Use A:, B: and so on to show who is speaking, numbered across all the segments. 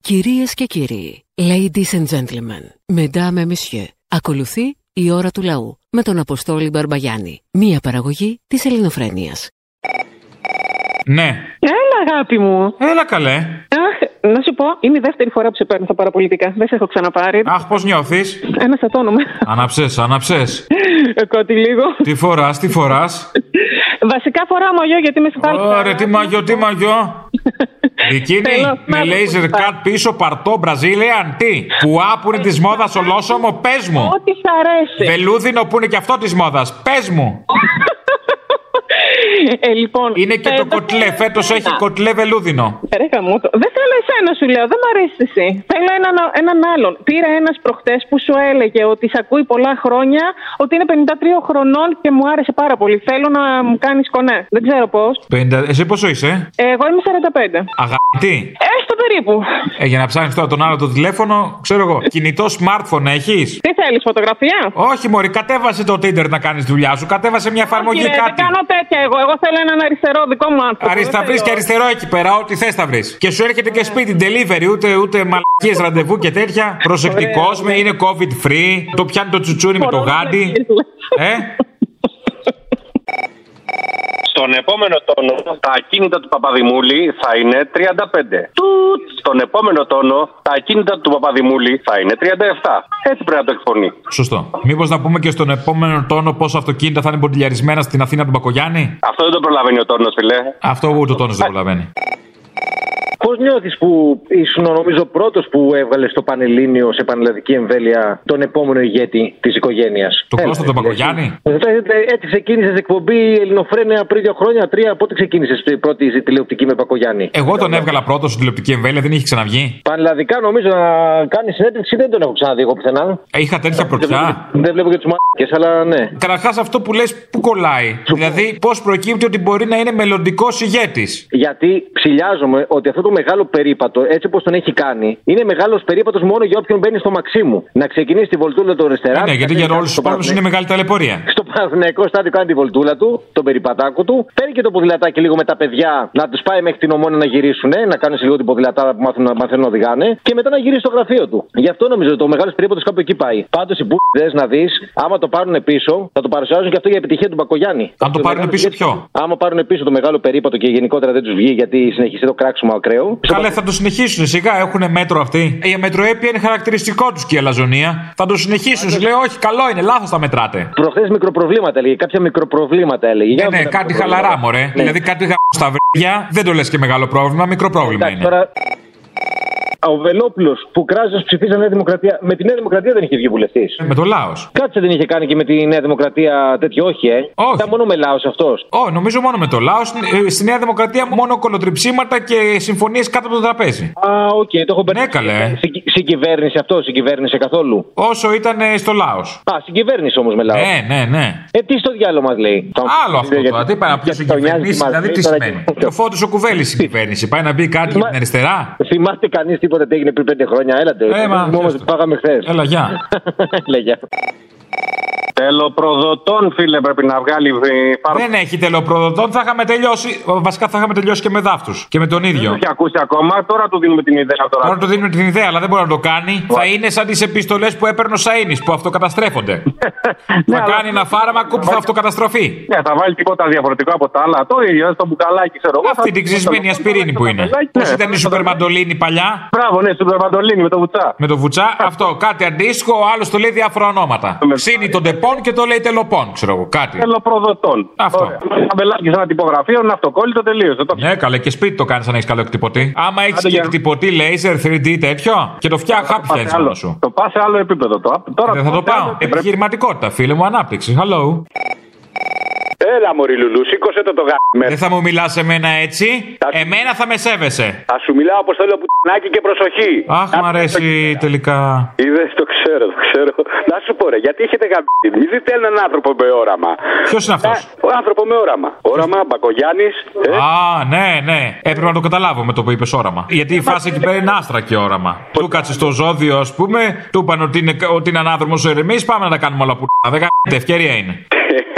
A: Κυρίες και κύριοι, ladies and gentlemen, mesdames et messieurs, ακολουθεί η ώρα του λαού με τον Αποστόλη Μπαρμπαγιάννη, μία παραγωγή της ελληνοφρένειας.
B: Ναι.
C: Έλα, αγάπη μου.
B: Έλα καλέ.
C: Αχ, να σου πω, είναι η δεύτερη φορά που σε παίρνω στα παραπολιτικά. Δεν σε έχω ξαναπάρει.
B: Αχ, πώς νιώθεις.
C: Ένα σατώνομαι.
B: Αναψέ, αναψέ.
C: Ε, Κότι λίγο.
B: Τι φοράς, τι φοράς.
C: Βασικά φοράω μαγιό γιατί με συμπάρχει.
B: Ωραία, τι μαγιό, τι μαγιό. Δικίνη
C: Θέλω
B: με
C: να
B: laser
C: ακούσω.
B: cut πίσω παρτό Brazilian. Τι. Πουά που είναι της μόδας ολόσωμο, πες μου.
C: Ό,τι σ' αρέσει.
B: Βελούδινο που είναι και αυτό της μόδας, πες μου.
C: Ε, λοιπόν,
B: Είναι και
C: ε,
B: το
C: δεν
B: κοτλέ.
C: θέλω
B: Φέτο
C: εσένα.
B: έχει κοτλέ βελούδινο.
C: Ρε γαμώτο. Δεν θέλω εσένα, σου λέω. Δεν μ' αρέσει εσύ. Θέλω έναν, έναν άλλον. Πήρα ένας προχτές που σου έλεγε ότι σε ακούει πολλά χρόνια, ότι είναι 53 χρονών και μου άρεσε πάρα πολύ. Θέλω να μου κάνεις κονέ. Δεν ξέρω πώς.
B: 50 Εσύ πόσο είσαι,
C: Εγώ είμαι 45.
B: Αγάπη.
C: Έστω περίπου.
B: Ε, για να ψάχνεις τώρα τον άλλο το τηλέφωνο, ξέρω εγώ. Κινητό smartphone έχεις.
C: Τι θέλεις, φωτογραφία.
B: Όχι, Μωρή, κατέβασε το Tinder να κάνεις δουλειά σου. Κατέβασε μια εφαρμογή
C: Κύριε,
B: κάτι.
C: Δεν κάνω τέτοια εγώ. Εγώ θέλω έναν αριστερό δικό μου άνθρωπο.
B: Αρι- θα
C: Δεν
B: βρει και
C: θέλω-
B: αριστερό εκεί πέρα, ό,τι θες θα βρεις. Και σου έρχεται και σπίτι delivery, ούτε, ούτε μαλακίες ραντεβού και τέτοια. Προσεκτικός
C: Ωραία,
B: με, είναι COVID free. Το πιάνει το τσουτσούνι με το
C: Κορώνα
B: γάντι.
C: βλακίες.
B: Ε,
D: Στον επόμενο τόνο τα ακίνητα του Παπαδημούλη θα είναι 35. Τουτ! Στον επόμενο τόνο τα ακίνητα του Παπαδημούλη θα είναι 37. Έτσι πρέπει να το εκφωνεί.
B: σωστό. Μήπως να πούμε και στον επόμενο τόνο πόσα αυτοκίνητα θα είναι μποντιλιαρισμένα στην Αθήνα από τον Μπακογιάννη.
D: Αυτό δεν το προλαβαίνει ο τόνος, φιλέ.
B: Αυτό ούτε ο τόνος δεν προλαβαίνει.
E: Πώ νιώθει που ήσουν, νομίζω, πρώτος που έβαλε στο Πανελλήνιο σε πανελλαδική εμβέλεια τον επόμενο ηγέτη Ε, της οικογένειας.
B: Το Κώστα τον Μπακογιάννη.
E: Έτσι ξεκίνησε εκπομπή Ελληνοφρένια πριν δύο χρόνια, τρία. Πότε ξεκίνησε η πρώτη τηλεοπτική με Πακογιάννη.
B: Εγώ τον έβγαλα πρώτος στην τηλεοπτική εμβέλεια, δεν είχε ξαναβγεί.
E: Πανελλαδικά νομίζω να κάνει συνέντευξη δεν τον έχω ξαναδεί εγώ πουθενά.
B: Ε, Είχα τέτοια
E: Δεν
B: πρωτιά.
E: βλέπω- Δεν βλέπω και τους μαλακέ, αλλά ναι.
B: Καταρχάς, αυτό που λες, πού κολλάει. δηλαδή, πώς προκύπτει ότι μπορεί να είναι μελλοντικός ηγέτης.
E: Γιατί ψηλιάζομαι ότι αυτό το μεγάλο περίπατο, έτσι όπως τον έχει κάνει, είναι μεγάλος περίπατος μόνο για όποιον μπαίνει στο μαξί μου. Να ξεκινήσει τη βολτούλα του αριστερά.
B: Ναι,
E: να
B: γιατί
E: κατέβει
B: για
E: κάτω
B: όλου
E: στο
B: του πόρου είναι
E: Παναθηναϊκό.
B: μεγάλη ταλαιπωρία.
E: Στο Παναθηναϊκό στάδιο κάνει τη βολτούλα του, τον περιπατάκο του. Παίρνει και το ποδηλατάκι λίγο με τα παιδιά να τους πάει μέχρι την ομόνια να γυρίσουν, να κάνουν σε λίγο την ποδηλατάρα που μάθουν, να- μαθαίνουν να οδηγάνε και μετά να γυρίσει στο γραφείο του. Γι' αυτό νομίζω ότι ο μεγάλος περίπατος κάπου εκεί πάει. Πάντως οι μπουρδε να δεις, άμα το πάρουν πίσω, θα το παρουσιάζουν και αυτό για επιτυχία του Μπακογιάννη.
B: Αν το πάρουν
E: μεγάλο
B: πίσω
E: ηγέτη-
B: ποιο?
E: Άμα πάρουν πίσω το μεγάλο περίπατο και γενικότερα δεν τους βγει γιατί συνεχιστεί το κράξιμο ακραίο.
B: Καλέ, θα το συνεχίσουν σιγά, έχουν μέτρο αυτοί. Η μετροέπεια είναι χαρακτηριστικό τους και η αλαζονία. Θα το συνεχίσουν, σου λέει, Όχι, καλό είναι, λάθος τα μετράτε.
E: Προχθές μικροπροβλήματα έλεγε, κάποια μικροπροβλήματα έλεγε. Για
B: Ναι,
E: να
B: ναι,
E: δούμε
B: κάτι
E: τα προβλήματα.
B: χαλαρά, μωρέ.
E: Ναι.
B: Δηλαδή κάτι γα... στα βρύδια, δεν το λες και μεγάλο πρόβλημα, μικρό πρόβλημα
E: Εντάξει,
B: είναι.
E: τώρα. Ο Βελόπουλος που κράζε ψηφίσαν Νέα Δημοκρατία. Με τη Νέα Δημοκρατία δεν είχε βγει βουλευτής.
B: Με το λαό.
E: Κάτσε δεν είχε κάνει και με τη Νέα Δημοκρατία τέτοιο, όχι, ε.
B: Όχι.
E: Ήταν μόνο με λαό αυτός.
B: Ω, νομίζω μόνο με το λαό. Στη Νέα Δημοκρατία μόνο κολοτριψίματα και συμφωνίες κάτω από το τραπέζι.
E: Α, οκ, το έχω μπερδέψει.
B: Ναι, καλέ.
E: Συ- Συγκυβέρνησε αυτό, συγκυβέρνησε καθόλου.
B: Όσο ήταν ε, στο λαό.
E: Α, συγκυβέρνησε όμως με λαό.
B: Ναι, ναι, ναι.
E: Ε, τι στο διάλογο μας λέει.
B: Άλλο αυτό τώρα. Τι πάει να πει ο κυβερνήσει, δηλαδή τι σημαίνει. Ο φώτος ο κουβέλης η κυβέρνηση. Πάει να μπει κάτι για
E: Μα-
B: την αριστερά.
E: Θυμάστε κανείς τίποτα τι έγινε πριν πέντε χρόνια. Έλατε.
B: Ε, μα,
E: Θυμόμαστε
B: πιάστο.
E: τι πάγαμε χθες.
B: Έλα, γεια.
E: Λέγε.
D: Τελοπροδοτών, φίλε, πρέπει να βγάλει ε, φάρμα.
B: Δεν έχει τελοπροδοτών, θα είχαμε τελειώσει. Βασικά θα είχαμε τελειώσει και με δάφτους. Και με τον ίδιο.
D: έχει ακούσει ακόμα. Τώρα του δίνουμε την ιδέα τώρα.
B: Τώρα του δίνουμε την ιδέα, αλλά δεν μπορεί να το κάνει. Θα είναι σαν τις επιστολές που έπαιρνε ο Σαΐνης που αυτοκαταστρέφονται.
D: Ναι,
B: θα
D: αλλά-
B: κάνει ένα φάρμακο που θα αυτοκαταστροφεί.
D: Ναι, θα βάλει τίποτα διαφορετικό από τα άλλα. Το ίδιο, στο μπουκαλάκι, ξέρω εγώ.
B: Αυτή
D: θα-
B: την ξυσμένη
D: θα-
B: ασπιρίνη
D: θα-
B: που
D: θα-
B: είναι.
D: θα-
B: Πώς
D: ναι,
B: ήταν η
D: θα-
B: σούπερ μαντολίνη παλιά.
D: Μπράβο, ναι, σούπερ μαντολίνη με το βουτσά.
B: Με το βουτσά, αυτό κάτι αντίστοιχο, ο άλλος το λέει διάφορα ονόματα.
D: Με-
B: Ξύνει τον τεπών και το λέει τελοπών, ξέρω εγώ,
D: Ε,
B: κάτι.
D: Τελοπροδοτών.
B: Αυτό.
D: Ωραία. Αμπελάκι σε ένα τυπογραφείο, ένα αυτοκόλλητο τελείωσε. Το
B: Ναι, καλέ, και σπίτι το κάνεις αν έχεις καλό εκτυπωτή. Άμα έχεις
D: Άντε,
B: και
D: για-
B: εκτυπωτή laser 3D τέτοιο και το φτιάχνεις,
D: Το πας
B: χάπια
D: σε
B: έτσι
D: άλλο-
B: μόνο σου. Ε,
D: Το πας σε άλλο επίπεδο. Το, τώρα
B: Δεν θα το πάω.
D: πρέπει-
B: Επιχειρηματικότητα, φίλε μου, ανάπτυξη. Hello.
F: Έλα, Μωρή Λουλού, σήκωσε το το γάμι.
B: Δεν θα μου μιλάς εμένα έτσι.
F: Θα-
B: Εμένα θα με σέβεσαι.
F: Θα σου μιλάω όπως θέλω που και προσοχή.
B: Αχ,
F: Να-
B: μ' αρέσει Ε, τελικά.
F: Είδες, το ξέρω, το ξέρω. Να σου πω, ρε, γιατί έχετε γαμπτή. Μην δείτε έναν άνθρωπο με όραμα.
B: Ποιος είναι αυτός.
F: Να- Ο άνθρωπο με όραμα. Όραμα, Μπακογιάννης. Ε,
B: Α, ναι, ναι. Έπρεπε να το καταλάβω με το που είπες όραμα. Γιατί η φάση εκεί πέρα είναι άστρα και όραμα. Του κάτσε στο ζώδιο, ας πούμε, του είπαν ότι είναι, ότι είναι ανάδρομο ο Ερεμής. Πάμε να τα κάνουμε όλα που. Δεν κάνετε, ευκαιρία είναι.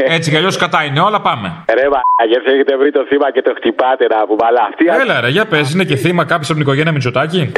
B: Έτσι κι αλλιώς κατά είναι όλα, πάμε.
F: Ρε, μαγε, έχετε βρει το θύμα και το χτυπάτε να πούμε. Αλλά αυτή.
B: Έλα, ρε, για πες, είναι και θύμα κάποιος από την οικογένεια Μητσοτάκη.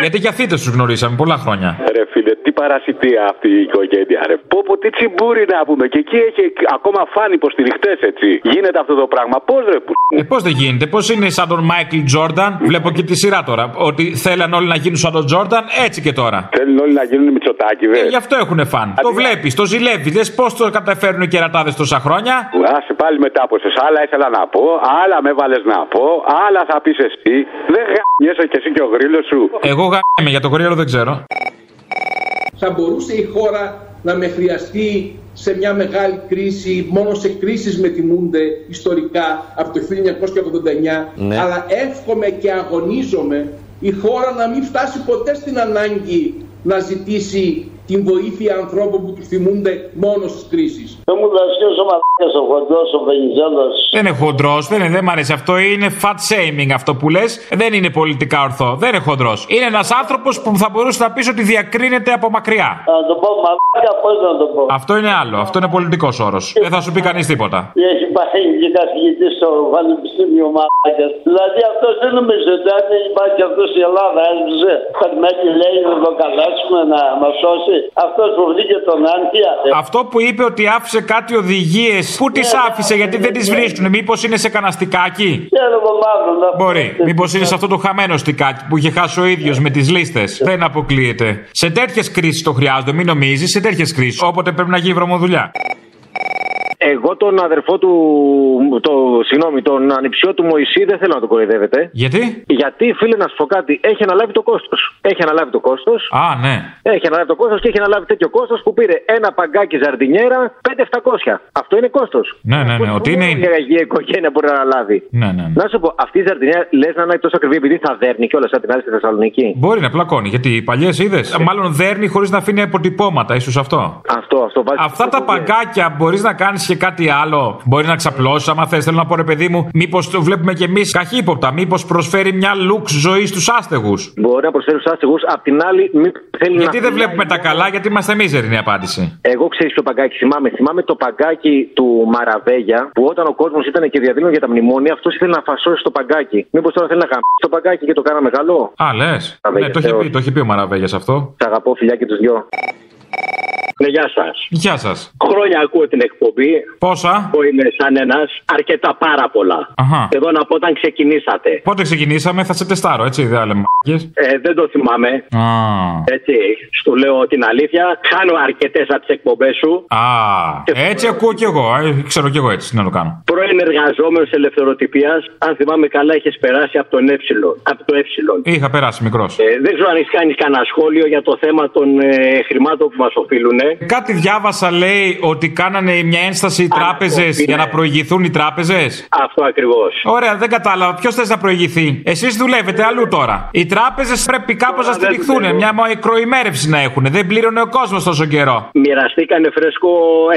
B: Γιατί και αθήτε του γνωρίσαμε πολλά χρόνια.
F: Ρε φίλε, τι παρασιτία αυτή η οικογένεια, ρε. Πω, πω τι τσιμπούρι να πούμε. Και εκεί έχει ακόμα φαν υποστηριχτέ, έτσι. Γίνεται αυτό το πράγμα. Πώς ρε, που.
B: Ε, πώς δεν γίνεται, πώς είναι σαν τον Μάικλ Τζόρνταν, βλέπω και τη σειρά τώρα. Ότι θέλαν όλοι να γίνουν σαν τον Τζόρνταν, έτσι και τώρα.
F: Θέλουν όλοι να γίνουν μυτσοτάκι,
B: Ε,
F: βέβαια.
B: γι' αυτό έχουν φαν. Το βλέπεις, το ζηλεύεις. Δε πώς το καταφέρουν οι κερατάδες τόσα χρόνια.
F: Άσε πάλι μετά από εσέ. Άλλα ήθελα να πω, άλλα με βάλες να πω, άλλα θα πεις εσύ. Δεν γαμιέσαι κι εσύ και ο γρίλο σου.
B: Εγώ γάμαι για το κορίελο δεν ξέρω.
G: θα μπορούσε η χώρα να με χρειαστεί σε μια μεγάλη κρίση, μόνο σε κρίσεις με τιμούνται ιστορικά από το 1989,
H: Ναι.
G: αλλά εύχομαι και αγωνίζομαι η χώρα να μην φτάσει ποτέ στην ανάγκη να ζητήσει την βοήθεια ανθρώπων που τους θυμούνται μόνο στις κρίσεις.
I: Δεν μου δασκέω ο μαλάκας ο χοντρός, ο Βενιζέλος.
B: Δεν είναι χοντρός, δεν είναι, δεν μ' αρέσει αυτό. Είναι fat shaming αυτό που λες. Δεν είναι πολιτικά ορθό. Δεν είναι χοντρός. Είναι ένας άνθρωπος που θα μπορούσε να πεις ότι διακρίνεται από μακριά.
I: Να το πω μαλάκα, πώς να το πω.
B: Αυτό είναι άλλο. Αυτό είναι πολιτικός όρος. Δεν θα σου πει κανείς τίποτα.
I: Έχει πάει και καθηγητής στο Πανεπιστήμιο Μαλάκα. Δηλαδή αυτός δεν νομίζω ότι αν υπάρχει αυτός η Ελλάδα έσβησε. Περιμένει λέει να το καλέσουμε να μας σώσει. Αυτός που βρήκε τον Άνθια.
B: Αυτό που είπε ότι άφησε κάτι οδηγίες, πού τις
I: Ναι,
B: άφησε γιατί δεν τις βρίσκουν. Μήπως είναι σε κανένα στικάκι.
I: Ξέρω εγώ μάλλον αυτό.
B: Μπορεί. Μήπως είναι σε αυτό το χαμένο στικάκι που είχε χάσει ο ίδιος με τις λίστες. Δεν αποκλείεται. Σε τέτοιες κρίσεις το χρειάζονται, μην νομίζεις. Σε τέτοιες κρίσεις. Όποτε πρέπει να γίνει βρωμοδουλειά.
E: Εγώ τον αδερφό του. Το, συγγνώμη, τον ανιψιό του Μωυσή δεν θέλω να τον κοροϊδεύετε.
B: Γιατί?
E: Γιατί, φίλε, να σου πω κάτι, έχει αναλάβει το κόστος. Έχει αναλάβει το κόστος.
B: Α, ναι.
E: Έχει αναλάβει το κόστος και έχει αναλάβει τέτοιο κόστος που πήρε ένα παγκάκι ζαρντινιέρα 5.700. Αυτό είναι κόστος.
B: Ναι, ναι, ναι. Ότι είναι.
E: Η
B: είναι.
E: αγία οικογένεια μπορεί να αναλάβει.
B: Ναι, ναι. ναι.
E: Να σου πω, αυτή η ζαρτινιά λες να είναι τόσο ακριβή επειδή θα δέρνει κιόλας σαν την άλλη στη Θεσσαλονίκη.
B: Μπορεί να πλακώνει, γιατί οι παλιές είδες. Μάλλον δέρνει χωρίς να αφήνει αποτυπώματα, ίσως αυτό.
E: Αυτό, αυτό βάζει.
B: Αυτά τα παγκάκια μπορείς να κάνεις και κάτι άλλο. Μπορεί να ξαπλώσει, άμα θες. Θέλω να πω, ρε παιδί μου, μήπως το βλέπουμε κι εμείς καχύποπτα. Μήπως προσφέρει μια λουξ ζωής στους άστεγους.
E: Μπορεί να προσφέρει στους άστεγους, απ' την άλλη μη θέλει
B: Γιατί
E: να.
B: δεν βλέπουμε τα καλά, γιατί είμαστε μίζεροι είναι η απάντηση.
E: Εγώ ξέρεις το παγκάκι, θυμάμαι. Θυμάμαι το παγκάκι του Μαραβέγια που όταν ο κόσμος ήταν και διαδήλωνε για τα μνημόνια, αυτός ήθελε να φασώσει το παγκάκι. Μήπως τώρα θέλει να γαμπήσει το παγκάκι και το κάνα μεγάλο.
B: Α, λες. Ναι,
E: Τα βέγια
B: το είχε
E: θεός.
B: πει, το είχε πει ο Μαραβέγιας αυτό.
E: Σ' αγαπώ, φιλιά και τους δυο.
J: Ναι, γεια σας.
B: Γεια σας.
J: Χρόνια ακούω την εκπομπή.
B: Πόσα.
J: Εγώ είμαι σαν ένας. Αρκετά πάρα πολλά.
B: Αχα.
J: Εδώ να πω όταν ξεκινήσατε.
B: Πότε ξεκινήσαμε, θα σε τεστάρω, έτσι δεν λέμε μ***κες.
J: Ε, δεν το θυμάμαι.
B: Α.
J: Έτσι, σου λέω την αλήθεια. Χάνω αρκετές από τις εκπομπές σου.
B: Α, έτσι ακούω κι εγώ. ε, Ξέρω κι εγώ έτσι, τι να το κάνω.
J: Πρώην εργαζόμενος ελευθεροτυπίας. Αν θυμάμαι καλά, έχει περάσει από τον ε. Από το ε.
B: Είχα περάσει μικρός.
J: Ε, δεν ξέρω αν έχεις κάνεις κανένα σχόλιο για το θέμα των ε, χρημάτων που μας οφείλουν.
B: Κάτι διάβασα, λέει, ότι κάνανε μια ένσταση οι τράπεζε
J: Ανακοπή,
B: για
J: ναι.
B: να προηγηθούν οι τράπεζες.
J: Αυτό ακριβώς.
B: Ωραία, δεν κατάλαβα. Ποιος θες να προηγηθεί. Εσείς δουλεύετε αλλού τώρα. Οι τράπεζες πρέπει κάπως να
J: Τώρα δεν
B: στηριχθούν.
J: δουλεύω.
B: Μια μικροημέρευση να έχουν. Δεν πλήρωνε ο κόσμος τόσο καιρό.
J: Μοιραστήκανε φρέσκο